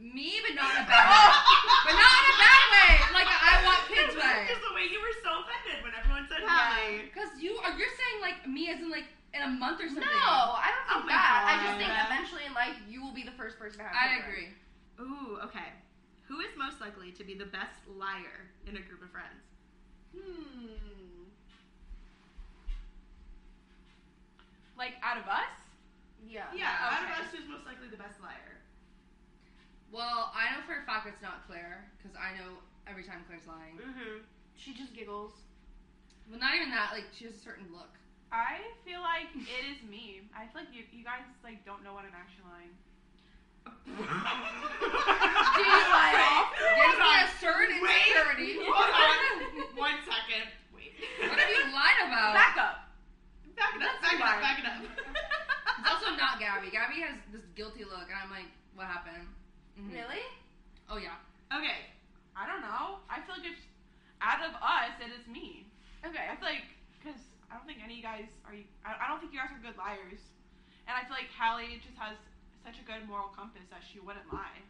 Me, but not in a bad way. but not in a bad way. Like a I want kids way.
Because the way you were so offended when everyone said Hallie.
Because you are you're saying like me as in like in a month or something.
No, I
Oh
don't think
my
that. I
God.
just think eventually in life you will be the first person to have.
I
children.
agree.
Ooh, okay. Who is most likely to be the best liar in a group of friends?
Hmm. Like out of us?
Yeah.
Yeah, out
okay.
of us, who's most likely the best liar?
Well, I know for a fact it's not Claire because I know every time Claire's lying.
Mm-hmm.
She just giggles.
Well, not even that. Like she has a certain look.
I feel like it is me. I feel like you, you guys like don't know what I'm actually lying.
She's like,
There's me a certain
Wait.
insecurity.
Hold on. One second. Wait.
What have you lied about?
Back up.
Back it up, back it up, back it up.
It's also not Gabby. Gabby has this guilty look, and I'm like, what happened? Mhm.
really?
Oh yeah.
okay.
I don't know. I feel like it's out of us, it is me.
Okay.
I feel like because I don't think any of you guys are. I, I don't think you guys are good liars, and I feel like Hallie just has such a good moral compass that she wouldn't lie.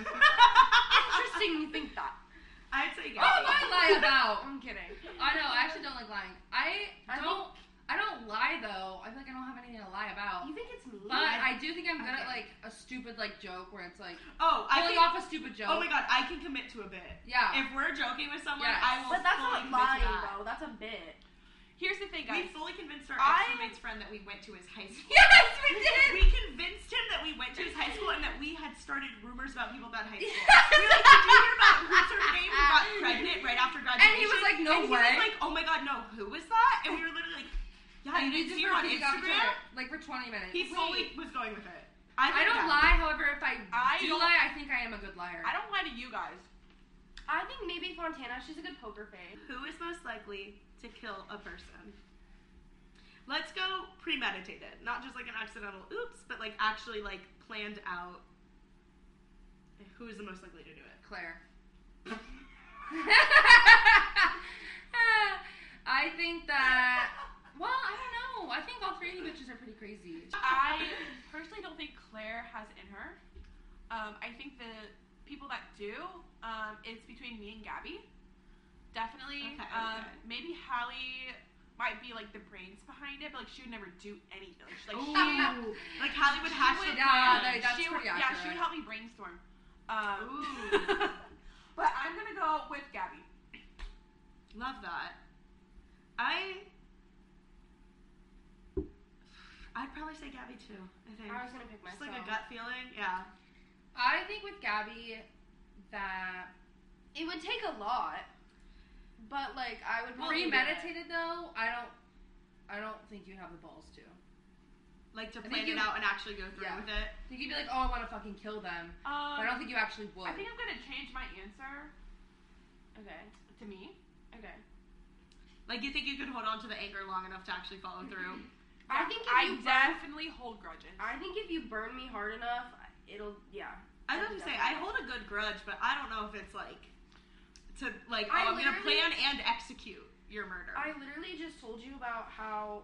Interesting. You think that?
I'd say
Oh,
Gabby.
what I lie about?
I'm kidding.
I know. I actually don't like lying. I
I
don't. I don't lie though. I feel like I don't have anything to lie about.
You think it's me?
But I do think I'm good at
Okay.
like a stupid like joke where it's like
Oh, I
pulling
can,
off a stupid joke.
Oh my god, I can commit to a bit.
Yeah.
If we're joking with someone,
Yes.
I will
But that's
fully commit
not
to
lying
that.
though. That's a bit.
Here's the thing,
We
guys.
fully convinced our
I-
ex-roommate's friend that we went to his high school.
yes, we did.
We convinced him that we went to his high school and that we had started rumors about people about high school.
Yes.
We were like, did you hear about what's her name who got pregnant right after graduation?
he was like, no
And he
way.
was like, oh my god, no, who was that? And we were literally like, yeah, you
We
didn't
just
see her
were
on
peeing off each
Instagram?
other, like for 20 minutes.
He fully was going with it. I,
I
think
don't
that-
lie. However, if I,
I
do
don't-
lie, I think I am a good liar.
I don't lie to you guys.
I think maybe Fontana. She's a good poker face.
Who is most likely to kill a person? Let's go premeditated, not just like an accidental oops, but like actually like planned out. Who is the most likely to do it?
Claire. I think that. Well, I don't know. I think all three of you bitches are pretty crazy.
I personally don't think Claire has it in her. Um, I think the people that do, um, it's between me and Gabby. Definitely.
Okay,
um,
okay.
Maybe Hallie might be like the brains behind it, but like she would never do anything. Like, she, like she
Ooh, like Hollywood hash the
would-
yeah,
plan.
that- that's
she would,
pretty
yeah, she
accurate.
would help me brainstorm. Um,
Ooh.
but I'm gonna go with Gabby.
Love that. I. I'd probably say Gabby too. I think
I was gonna pick
just
myself.
like a gut feeling. Yeah.
I think with Gabby that
It would take a lot, but like I would probably do it.
premeditated though, I don't. I don't think you have the balls to. I
Like to
think
plan
you-
it out and actually go through
Yeah.
with it.
think you'd be like, oh, I want to fucking kill them, but I
Um,
don't think you actually would.
I think I'm gonna change my answer
Okay.
to me.
Okay.
Like you think you could hold on to the anger long enough to actually follow through?
I think if
I
you burn-
definitely hold grudges.
I think if you burn me hard enough, it'll yeah.
I was gonna say I hold a good grudge, but I don't know if it's like to like oh,
I
I'm gonna
literally-
plan and execute your murder.
I literally just told you about how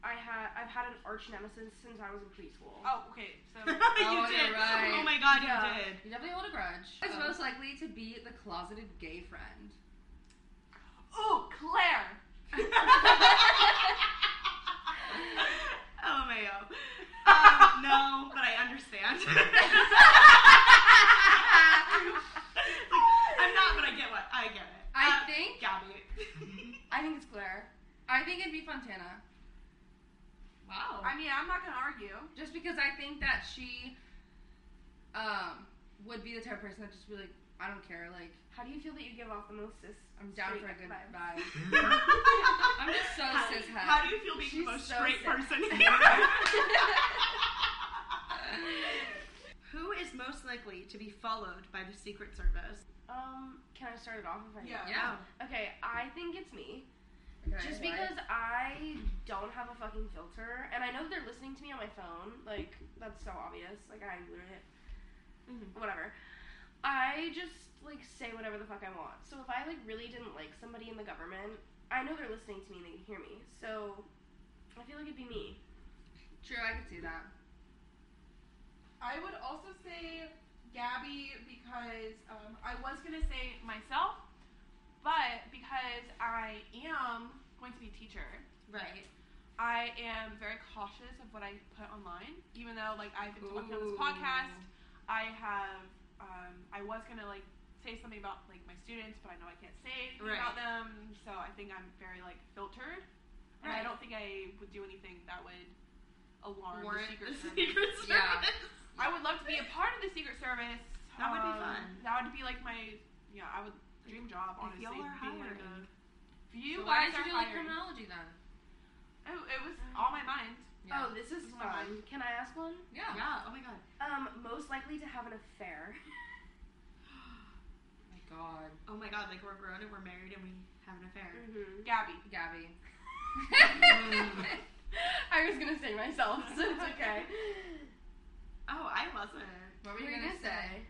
I had I've had an arch nemesis since I was in preschool.
Oh, okay. So
you
Oh,
did.
you're right.
Oh my god, you
Yeah.
did.
you definitely hold a grudge. Um, It's
Oh.
most likely to be the closeted gay friend.
Ooh, Claire.
oh mayo. Um, no, but I understand. like, I'm not, but I get what I get it.
I
Uh,
think-
Gabby.
I think it's Claire.
I think it'd be Fontana. Wow.
I mean, I'm not gonna argue.
just because I think that she um would be the type of person that just be like, I I don't care. Like
How do you feel that you give off the most cis?
I'm down
straight
for a good
vibe?
vibe.
I'm
just so
how,
cis het.
How do you feel being
She's
the most
so
straight
cis-
person here? Who is most likely to be followed by the Secret Service?
Um, can I start it off? If I
Yeah.
yeah.
Okay, I think it's me.
Okay.
Just
Why?
because I don't have a fucking filter, and I know they're listening to me on my phone. Like that's so obvious. Like I literally,
Mm-hmm.
Mhm.
whatever. I just like say whatever the fuck I want. So if I like really didn't like somebody in the government, I know they're listening to me and they can hear me. So I feel like it'd be me.
True, I could see that.
I would also say Gabby because um, I was gonna say myself, but because I am going to be a teacher,
Right.
I am very cautious of what I put online. Even though like I've been talking on this
Ooh.
podcast, I have um, I was gonna like say something about like my students, but I know I can't say anything
Right.
about them, so I think I'm very like filtered, and
Right.
I don't think I would do anything that would alarm
Warrant
the
the
secret service.
Secret Service.
Yeah.
I would love to be a part of the Secret Service.
That would be
Um,
fun.
That would be like my yeah, I would dream job
If
honestly.
y'all are
being like
hiring.
a- if you
So why
guys
did you
are
do like
hiring.
criminology then?
Oh, it was on my mind.
Yeah.
Oh, this is
This is my
fun. Can I ask one?
yeah.
Yeah, oh my god.
Um, most likely to have an affair.
Oh my god.
Oh my god, like we're grown and we're married and we have an affair.
Mm.
Mm-hmm.
Gabby.
Gabby.
I was gonna say myself, so it's okay.
Oh, I wasn't.
what were you gonna say?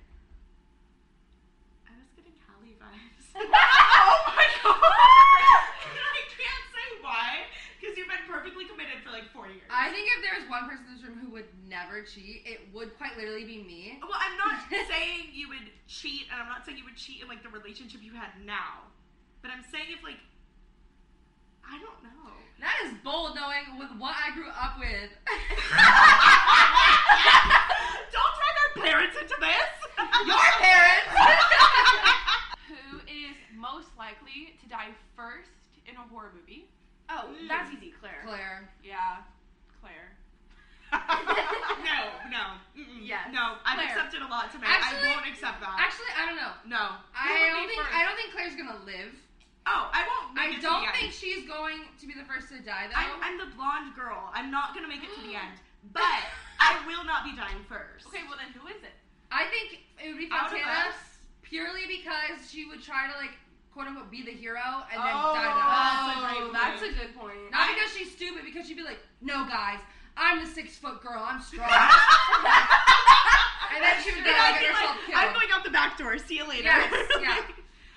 I was getting Hallie vibes.
oh my god!
I can't say why, because you've been perfectly committed for like four years.
I think if there was one person in this room who would never cheat, it would quite literally be me.
Well, I'm not saying you would cheat, and I'm not saying you would cheat in like the relationship you had now. But I'm saying if like, I don't know.
That is bold knowing with what I grew up with.
don't drag our parents into this.
Your parents!
Who is most likely to die first in a horror movie?
Oh,
Mm.
that's easy, Claire.
Claire.
Yeah, Claire.
no, no. Mm-mm.
Yes.
No, I've
Claire.
accepted a lot tonight.
Actually-
I won't accept that.
Actually, I don't know.
no.
I
Who would
don't
be
think
first?
I don't think Claire's gonna live.
Oh, I won't.
I
Make it to
don't
the
think
end.
she's going to be the first to die though.
I'm, I'm the blonde girl. I'm not gonna make it to the end, but I will not be dying first.
Okay, well then who is it?
I think it would be
Out of
Fontana
us?
purely because she would try to like quote unquote be the hero and then
Oh.
die that.
That's a great
Oh, that's a
point.
good point.
Not because she's stupid, because she'd be like, "No, guys, I'm the six foot girl. I'm strong." and then she would go
And I'd
and
be
get herself
like, I'm
killed.
going out the back door. See you later.
Yes, yeah.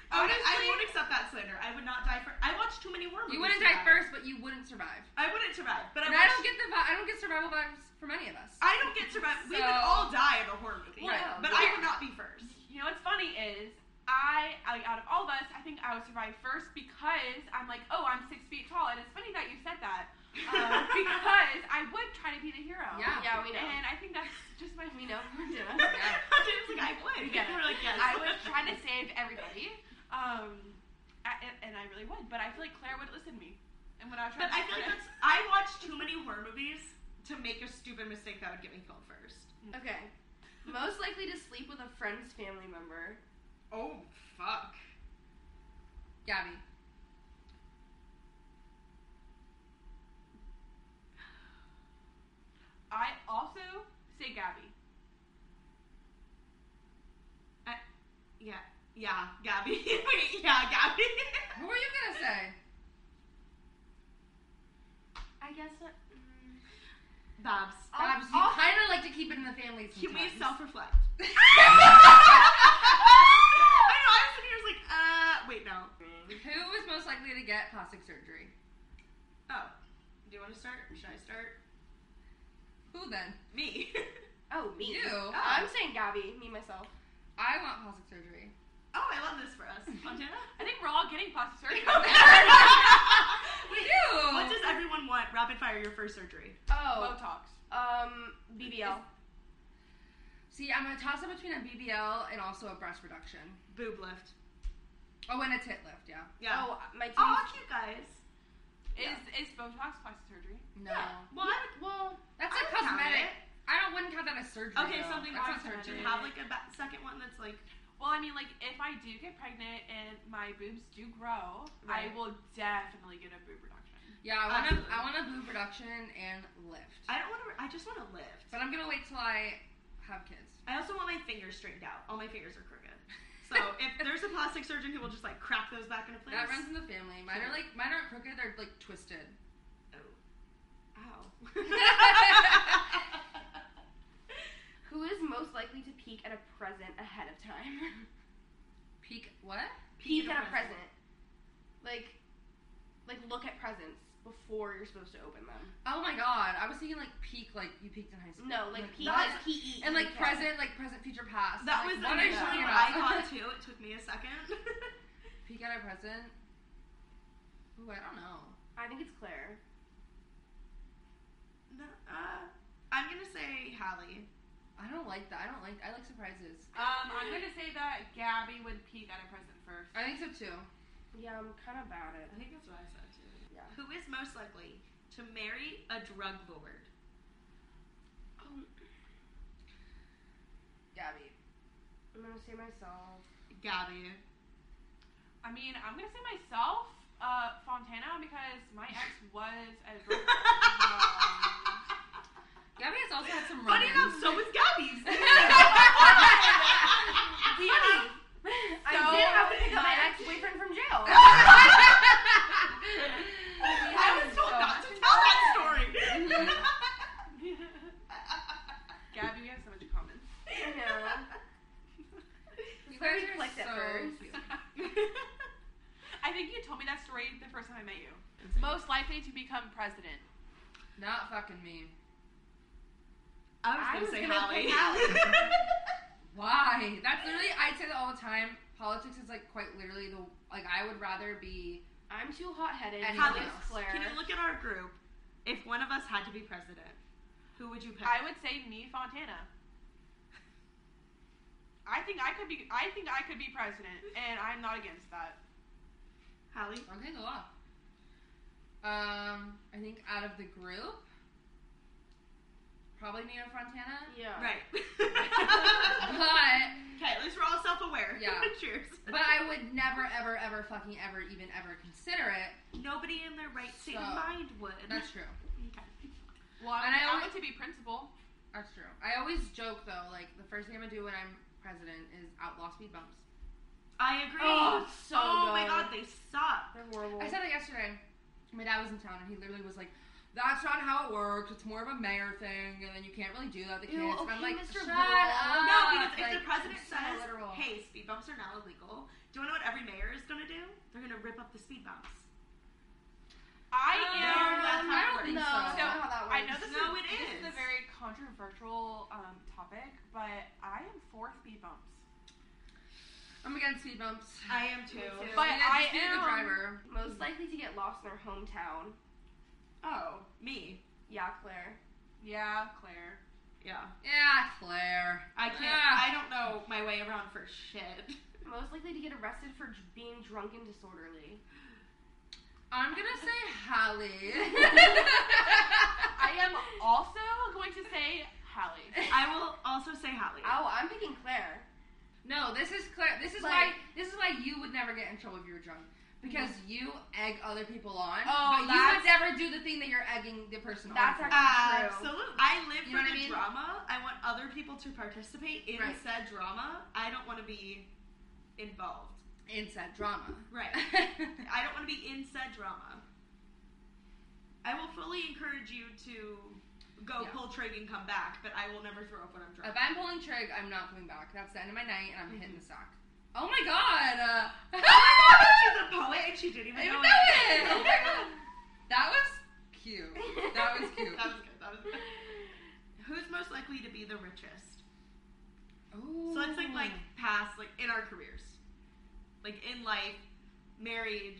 Honestly, I
Honestly-
won't accept that slander. I would not die first. I watched too many horror movies.
You wouldn't
to
die first, but you wouldn't survive.
I wouldn't survive. But
And
I,
I don't
watched-
get the vi- I don't get survival vibes from any of us.
I don't get survive. We would
So-
all die in a horror movie.
Well,
Right. But I
yeah.
would not be first.
You know what's funny is I like out of all of us, I think I would survive first because I'm like, oh, I'm six feet tall, and it's funny that you said that um, because I would try to be the hero.
Yeah.
Yeah, we know.
And I think that's just my
we know.
Yeah.
James like I would.
We get it.
We're like yes.
I was trying to save everybody, um, I, and- and I really would, but I feel like Claire would listen to me. And when I was
But I
trying to
feel like
spread
that's. I watched too many horror movies to make a stupid mistake that would get me killed first.
okay. Most likely to sleep with a friend's family member.
Oh fuck.
Gabby.
it, I also say Gabby.
Yeah. Yeah, Gabby. Wait, yeah, Gabby.
What were you gonna say?
I guess. That, mm,
Babs.
Babs, you
I'll-
kind of like to keep it in the family.
Can we
Sometimes.
self-reflect? I know. I was sitting here, I was like, uh, wait, no.
Who is most likely to get plastic surgery?
Oh, do you want to start? Should I start?
Who then?
Me.
oh, me.
You.
Oh, I'm saying Gabby. Me myself.
I want plastic surgery.
oh, I love this for us, Montana.
I think we're all getting plastic surgery.
We do.
what does everyone want? Rapid fire your first surgery.
Oh.
Botox.
Um. BBL.
See, I'm gonna toss up between a BBL and also a breast reduction.
Boob lift.
Oh, and a tit lift. Yeah.
Yeah.
Oh, my teeth.
Aw, cute guys.
Is is Botox plastic surgery?
No.
Yeah. Well, I would, well,
That's
I
like
would count
cosmetic.
it.
I don't wouldn't count that as surgery.
Okay,
though.
something
that's
more
not
surgery.
surgery.
Have like a ba- second one that's like
Well, I mean, like if I do get pregnant and my boobs do grow,
Right.
I will definitely get a boob reduction.
Yeah, I want
Absolutely.
to. I want a boob reduction and lift.
I don't want to. I just want to lift.
but I'm gonna wait till I have kids.
I also want my fingers straightened out. All my fingers are crooked. So if there's a plastic surgeon who will just like crack those back into place.
that runs in the family. Mine are
Sure.
like mine aren't crooked. They're like twisted.
Oh. Ow.
Who is most likely to peek at a present ahead of time?
Peak what?
peek at a present. Like, like look at presents before you're supposed to open them.
Oh my god! I was thinking like peak, like you peaked in high school.
No, like peek
that's-
like P E E
and like
K.
present, like present, future, past.
That
Like,
was
what are you talking
initially what I
about?
thought too. It took me a second.
peek at a present. Ooh, I don't know.
I think it's Claire.
No, uh, I'm gonna say Hallie.
I don't like that. I don't like. I like surprises.
Um,
I'm gonna say that Gabby would peek at a present first.
I think so too.
Yeah, I'm kind of bad
I
at it.
think that's what I said too.
Who is most likely to marry a drug lord?
Gabby.
I'm gonna say myself.
Gabby.
I mean, I'm gonna say myself, uh, Fontana, because my ex was a girl.
Gabby has also had some.
Funny
run-ins.
enough, so was Gabby's.
We have, I
So-
did have to pick up my ex boyfriend from jail.
I was told not to tell that story.
Gabby, we have so much in common.
I know.
You
Claire
guys are
clicked at
so
first.
cute.
I think you told me that story the first time I met you. Most likely to become president.
Not fucking me.
I was
I was
gonna say
gonna
Hallie.
pick Hallie.
Why? That's literally. I say that all the time. Politics is like quite literally the like. I would rather be.
I'm too hot-headed.
And
so
Hallie,
it's Claire.
Can you look at our group? If one of us had to be president, who would you pick?
I would say me, Fontana. I think I could be. I think I could be president, and I'm not against that.
Hallie.
Okay, go off. Um, I think out of the group, probably Nina Fontana.
yeah.
Right.
But
okay, at least we're all self-aware.
Yeah.
Cheers.
but I would never, ever, ever, fucking, ever, even, ever consider it.
Nobody in their right state
So,
of mind would.
That's true.
Okay.
Well, I,
And I
I
always-
want to be principal.
That's true. I always joke though. Like the first thing I'm gonna do when I'm president is outlaw speed bumps.
I agree.
Oh, so
Oh my
good.
god, they suck.
They're horrible.
I said it yesterday. My dad was in town and he literally was like, "That's not how it works. It's more of a mayor thing, and then you can't really do that." with The
Ew,
kids. and I'm
okay,
like,
Mr.
"Shut
Literal."
up!"
no, because if
Like,
the president
so
says,
literal.
"Hey, speed bumps are now illegal," do you want to know what every mayor is going to do? They're going to rip up the speed bumps.
I
Um,
am.
that's
I
how it
don't think so. I don't
works. No.
know how that works.
I know this,
No,
is,
it
this is
is.
a very controversial um, topic, but I am for speed bumps.
I'm against speed bumps.
I am too.
Yeah,
But
just
I
be a good
am-
driver.
most likely to get lost in her hometown.
Oh, me.
Yeah, Claire.
Yeah, Claire.
Yeah.
Yeah, Claire.
I can't.
Ah.
I don't know my way around for shit.
Most likely to get arrested for j- being drunk and disorderly.
I'm gonna say Hallie.
I am also going to say Hallie.
I will also say Holly.
Oh, I'm picking Claire.
no, this is Claire. This is why.
Like- Mm-hmm.
This is why you would never get in trouble if you were drunk. Because you egg other people on,
Oh,
but you would
that's-
never do the thing that you're egging the person
That's
on. for. Ah,
actually-
Absolutely. I live
You
for
know what
the
I mean?
drama. I want other people to participate in
Right.
said drama. I don't want to be involved.
Inside drama.
Right. I don't want to be in said drama. I will fully encourage you to go
Yeah.
pull trig and come back, but I will never throw up when I'm
if
drunk.
I'm pulling trig, I'm not coming back. That's the end of my night, and I'm hitting
Mm-hmm.
the stock. Oh my
Oh
god! Uh,
She's a poet and she didn't even
I
know
know
it.
it. Oh my god, that was cute. That was cute.
That was good. That was good. Who's most likely to be the richest?
Ooh.
So let's think like past, like in our careers, like in life, married,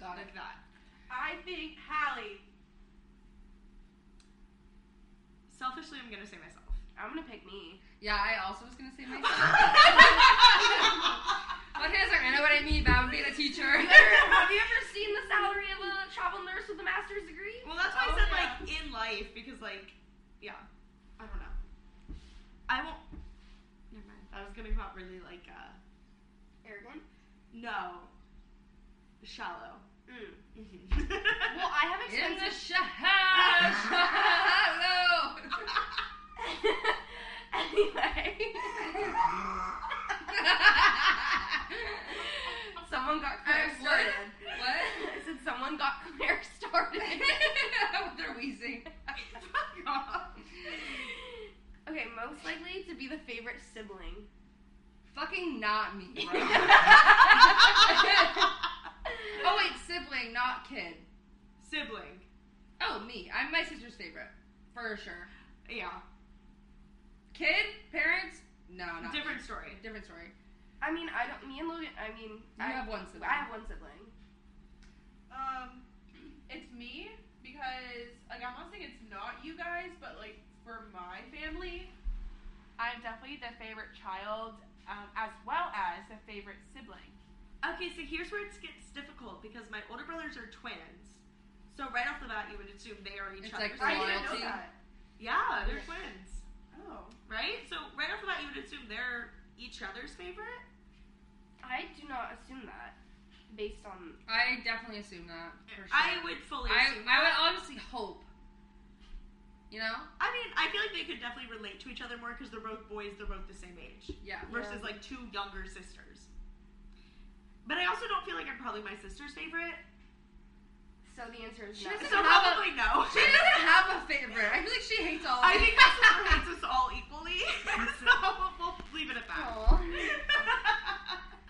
got it.
like that.
I think Hallie.
Selfishly, I'm gonna say myself.
I'm gonna pick me.
Yeah, I also was gonna say myself. What is there? I know what I mean. That would be the teacher.
You ever- have you ever seen the salary of a travel nurse with a master's degree?
Well, that's why I
Oh,
said
yeah.
like in life because like, yeah, I don't know. I won't. Never mind. That gonna come out really like uh
Arrogant.
no shallow.
Mm. Well,
well,
I have
In the
expensive.
shadow.
anyway, someone got Claire
Uh, what?
started.
What?
I said someone got Claire started.
They're wheezing. Fuck off.
okay, most likely to be the favorite sibling.
Fucking not me, bro. oh wait, sibling, not kid.
sibling.
Oh me, I'm my sister's favorite for sure.
Yeah,
Kid, parents, no, not me.
different story.
Different story.
I mean, I don't. Me and Logan. I mean,
You
I
have one sibling.
I have one sibling.
Um, it's me because like I'm not saying it's not you guys, but like for my family,
I'm definitely the favorite child, um, as well as the favorite sibling.
Okay, so here's where it gets difficult because my older brothers are twins. So right off the bat, you would assume they are each
It's
other's.
like
I
sibling.
didn't know
Loyalty.
that.
Yeah, they're twins.
Oh,
Right? So right off the bat, you would assume they're each other's favorite.
I do not assume that based on.
I definitely assume that. For sure.
I would fully
I,
assume.
I would
that.
honestly hope. You know?
I mean, I feel like they could definitely relate to each other more because they're both boys, they're both the same age,
Yeah.
versus like two younger sisters. But I also don't feel like I'm probably my sister's favorite.
So the answer is
She
no.
doesn't
So
have a-
probably no.
She doesn't have a favorite. I feel like she hates all of
I
them.
think my sister hates us all equally. so we'll, we'll leave it at that.
Aw.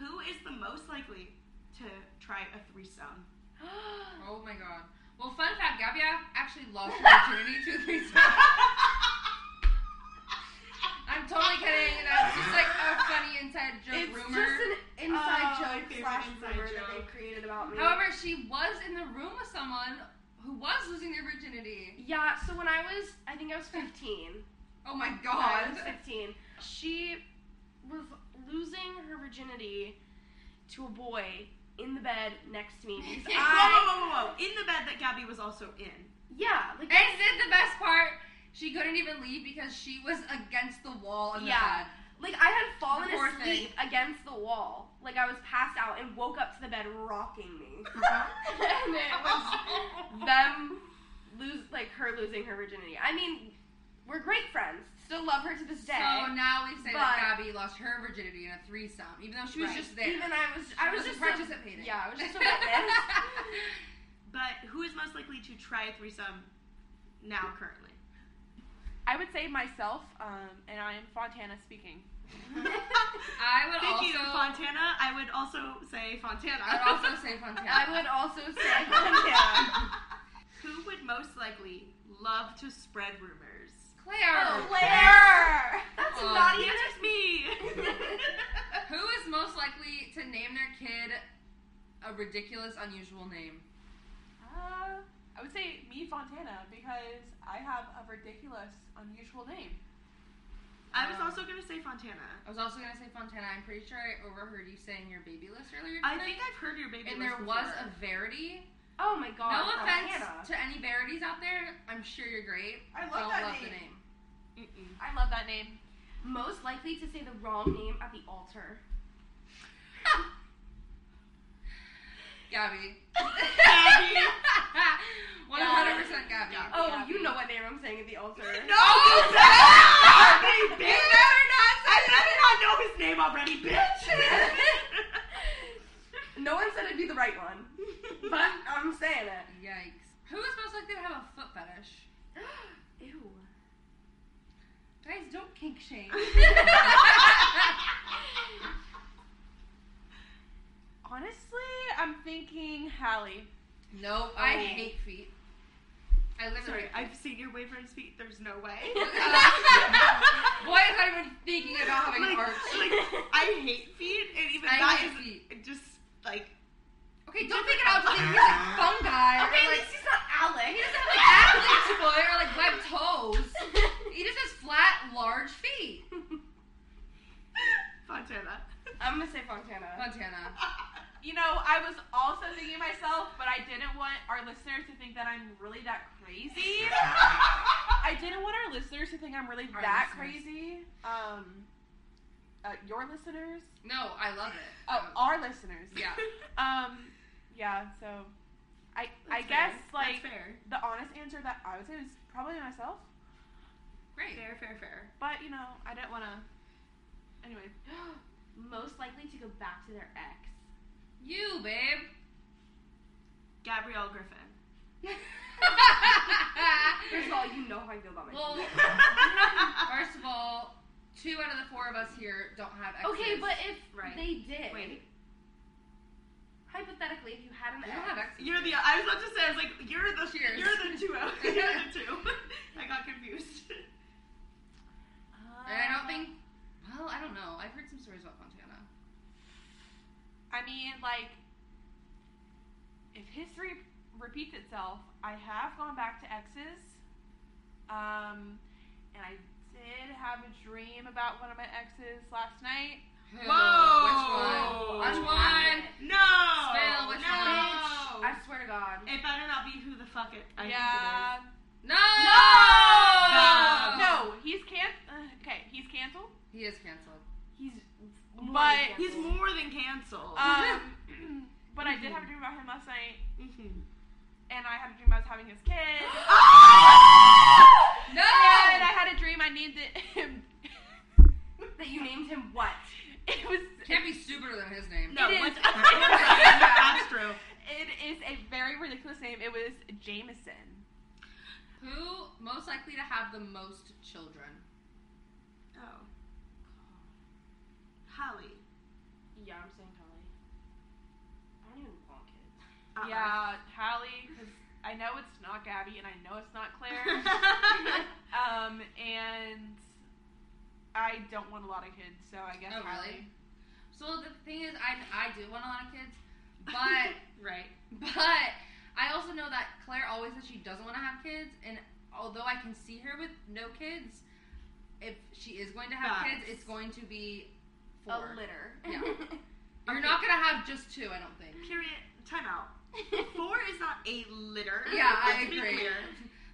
Who is the most likely to try a threesome?
Oh my god. Well, fun fact, Gabby a- actually lost her virginity to threesome. I'm totally kidding. That's just like a funny inside joke
It's
rumor.
just an inside
Oh, my
joke
favorite
slash
inside
rumor that they
joke.
created about me.
However, she was in the room with someone who was losing their virginity.
yeah. So when I was, I think I was 15.
Oh my
when I was
god.
15. She was losing her virginity to a boy in the bed next to me. Because
Whoa,
I,
whoa, whoa, whoa. In the bed that Gabby was also in.
yeah, like
And then the best part, she couldn't even leave because she was against the wall in the
Yeah.
bed.
Like I had fallen
Poor
asleep against the wall. Like I was passed out and woke up to the bed rocking me.
Uh-huh.
and it was them lose like her losing her virginity. I mean, we're great friends. Still love her to this day.
So now we say that
But-
Gabby lost her virginity in a threesome, even though she was
Right.
just there.
Even I was I was
wasn't
just
participating.
A, yeah, I was just a witness.
But who is most likely to try a threesome now, currently?
I would say myself, um, and I am Fontana speaking.
I would
Thank
also.
you, Fontana. I would also say Fontana.
I would also say Fontana.
I would also say Montana.
Who would most likely love to spread rumors?
Claire.
Claire. That's
Oh.
not
The
even.
answer's me.
Who is most likely to name their kid a ridiculous, unusual name?
Uh, I would say me Fontana because I have a ridiculous, unusual name.
I was
Um,
also gonna say Fontana.
I was also gonna say Fontana. I'm pretty sure I overheard you saying your baby list earlier.
I
tonight.
think I've heard your baby.
and
list
there was
before.
a Verity.
Oh my god.
no offense
Montana.
to any Verities out there. I'm sure you're great.
I love
Don't
that
love
name.
the name.
Mm-mm.
I love that name.
Most likely to say the wrong name at the altar.
Gabby.
Gabby.
100% Gabby.
Gabby.
Oh, you know what name I'm saying at the altar.
No,
Oh,
you better not, Oh, you bitch. I better not know his name already, bitch.
No one said it'd be the right one, but I'm saying it.
Yikes. Who is most likely to have a foot fetish?
Ew.
Guys, don't kink shame.
Honestly, I'm thinking Hallie.
nope, I hate feet. I literally.
Oh. Sorry, I've seen your boyfriend's feet. There's no way.
Uh, boy, is not even thinking about having
like,
arch.
like, I hate feet, and even
I
that
hate
is
feet.
just like
Okay, don't think it out. Just think he's like fungi.
Okay,
or
at
like,
least he's not Alex.
he doesn't have like athlete's foot or like webbed toes. He just has flat, large feet.
Fontana.
I'm gonna say Fontana.
Montana.
You know, I was also thinking myself, but I didn't want our listeners to think that I'm really that crazy. I didn't want our listeners to think I'm really
Our
that
listeners.
crazy. Um, uh, your listeners,
No, I love it. Um,
oh, our listeners.
yeah.
Um, yeah. So, I I
That's
guess
fair.
like
That's fair.
the honest answer that I would say is probably myself,
Great.
Fair, fair, fair.
but you know I didn't want to. Anyway,
Most likely to go back to their ex.
You, babe.
Gabrielle Griffin.
First of all, you know how I feel about my.
well,
right.
first of all, two out of the four of us here don't have exes.
okay, but if
Right.
they did,
Wait.
hypothetically, if you had
we
an ex,
don't have exes.
You're the. I was about to say. I was like, you're the.
Cheers.
You're the two. out- you're the two. I got confused.
And I don't think. Well, I don't know. I've heard some stories about Fontana.
I mean, like, if history repeats itself, I have gone back to exes. Um, and I did have a dream about one of my exes last night.
Who?
Whoa.
Which one? Which one?
No.
Spill, which
no.
one?
I swear to God,
It better not be who the fuck it. I
yeah.
No.
No!
No, he's can. Uh, okay, he's canceled.
He is canceled.
he's more
But
than
Think it is. He's
canceled.
more than canceled.
Um, but I did have a dream about him last night,
Mhm.
and I had a dream I was having his kid.
Ah!
No.
And I had a dream I needed him.
that you named him what?
It was.
Can't be stupider than his name.
No,
It
what's-
is.
that's true.
It is a very ridiculous name. It was Jameson.
Who most likely to have the most children?
Oh. Holly.
Yeah, I'm saying Holly. I don't even want kids.
Uh-uh.
Yeah, Hallie, because I know it's not Gabby and I know it's not Claire.
Uh-uh.
um, and I don't want a lot of kids, so I guess
Oh, really?
Hallie.
So the thing is, I I do want a lot of kids, but
right.
but I also know that Claire always says she doesn't want to have kids, and although I can see her with no kids, if she is going to have
Facts.
kids, it's going to be four.
A litter.
Yeah. You're not gonna have just two, I don't think.
Period. Time out. Four is not a litter.
Yeah, I
Let's be
agree.
clear.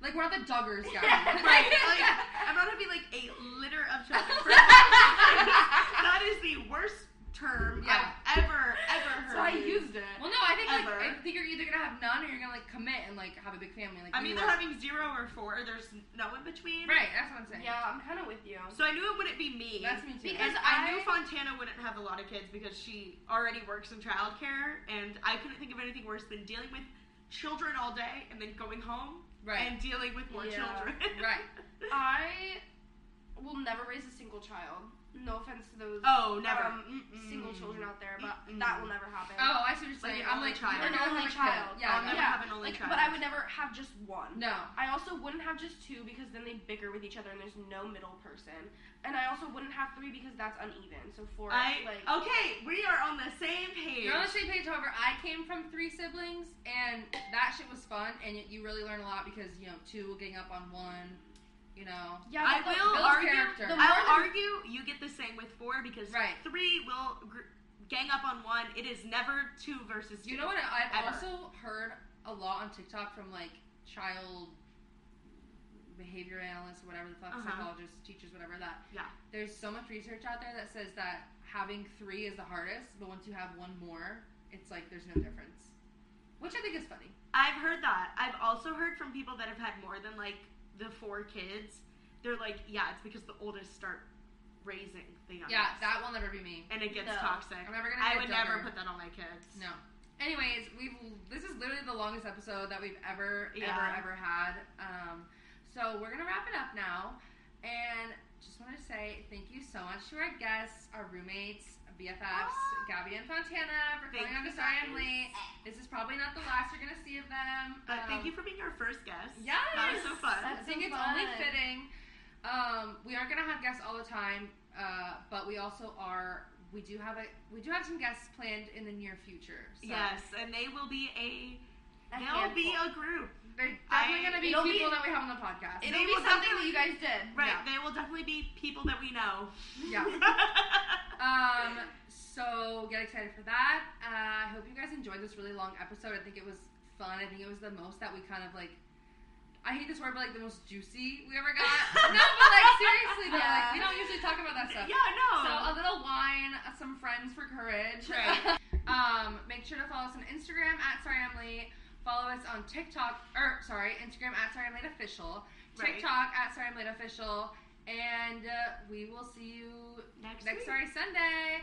Like we're not the Duggars guys.
Right. Like, I'm about to be like a litter of children. that is the worst term
Yeah.
I've ever, ever heard.
so I used it.
well, no, I think like
Ever.
I think you're either gonna have none or you're gonna like commit and like have a big family. Like
I'm
we
either
were-
having zero or four. There's no in between.
right. That's what I'm saying.
Yeah, I'm kind of with you.
So I knew it wouldn't be me.
That's me too.
Because
And
I, knew
I-
Fontana wouldn't have a lot of kids because she already works in childcare, and I couldn't think of anything worse than dealing with children all day and then going home
Right.
and dealing with more
Yeah.
children.
Right. Um,
I will never raise a single child. No offense to those
Oh, Mm. Mm-hmm. never.
um, single
Mm-mm.
children out there, but
Mm-mm.
that will never happen.
oh, I see what you're saying.
Like an
I'm like
only child.
you're
An
never
only
having a
child.
kid.
I'll
Yeah.
never
yeah.
have an only
like,
child.
but I would never have just one.
No.
I also wouldn't have just two because then they'd bicker with each other and there's no middle person. And I also wouldn't have three because that's uneven. So four,
I oh,
like,
okay. We are on the same page.
You're on the same page. However, I came from three siblings, and that shit was fun, and you- you really learn a lot because you know two will gang up on one. You know.
yeah,
I
but the-
will
Bill's
argue.
character.
the
I'll
more-
argue. You get the same with four because
Right.
three will gr- gang up on one. It is never two versus two.
You know what? I've
Ever.
also heard a lot on TikTok from like child behavior analysts, whatever the fuck,
Uh-huh.
psychologists, teachers, whatever that.
Yeah.
There's so much research out there that says that having three is the hardest, but once you have one more, it's like there's no difference, which I think is funny.
I've heard that. I've also heard from people that have had more than like the four kids. They're like, yeah, it's because the oldest start raising the youngest.
Yeah, that will never be me.
and it gets
No.
toxic.
I'm never gonna. Be
I
a
would never
dumber.
put that on my kids.
No. Anyways, we've this is literally the longest episode that we've ever
Yeah.
ever ever had. Um, so we're gonna wrap it up now, and just want to say thank you so much to our guests, our roommates, BFFs, Gabby and Fontana for
Ah. Thank
coming on
you,
to
guys.
Science Late. This is probably not the last you're gonna see of them.
But thank
Um,
you for being our first guest.
Yes,
that was so fun.
That's-
I think
so
it's only
fun.
fitting. Um, we aren't gonna have guests all the time, uh, but we also are. We do have a we do have some guests planned in the near future. So
Yes, and they will be a
a
they'll be
handful.
a group.
They're definitely
I-
gonna be
it'll
people
be-
that we have on the podcast.
It'll
they
be
will
something that
definitely-
you guys did.
Right,
Yeah.
they will definitely be people that we know.
yeah. Um. So get excited for that. Uh, I hope you guys enjoyed this really long episode. I think it was fun. I think it was the most that we kind of like I hate this word, but like the most juicy we ever got. no, but like seriously, though, like we don't usually talk about that stuff.
Yeah, no.
So a little wine, uh, some friends for courage.
Right.
um, make sure to follow us on Instagram at Sorry I'm Late. Follow us on TikTok, or sorry, Instagram at Sorry I'm Late Official.
Right.
TikTok at Sorry I'm Late Official. And uh, we will see you
Next
next
week.
Sorry Sunday.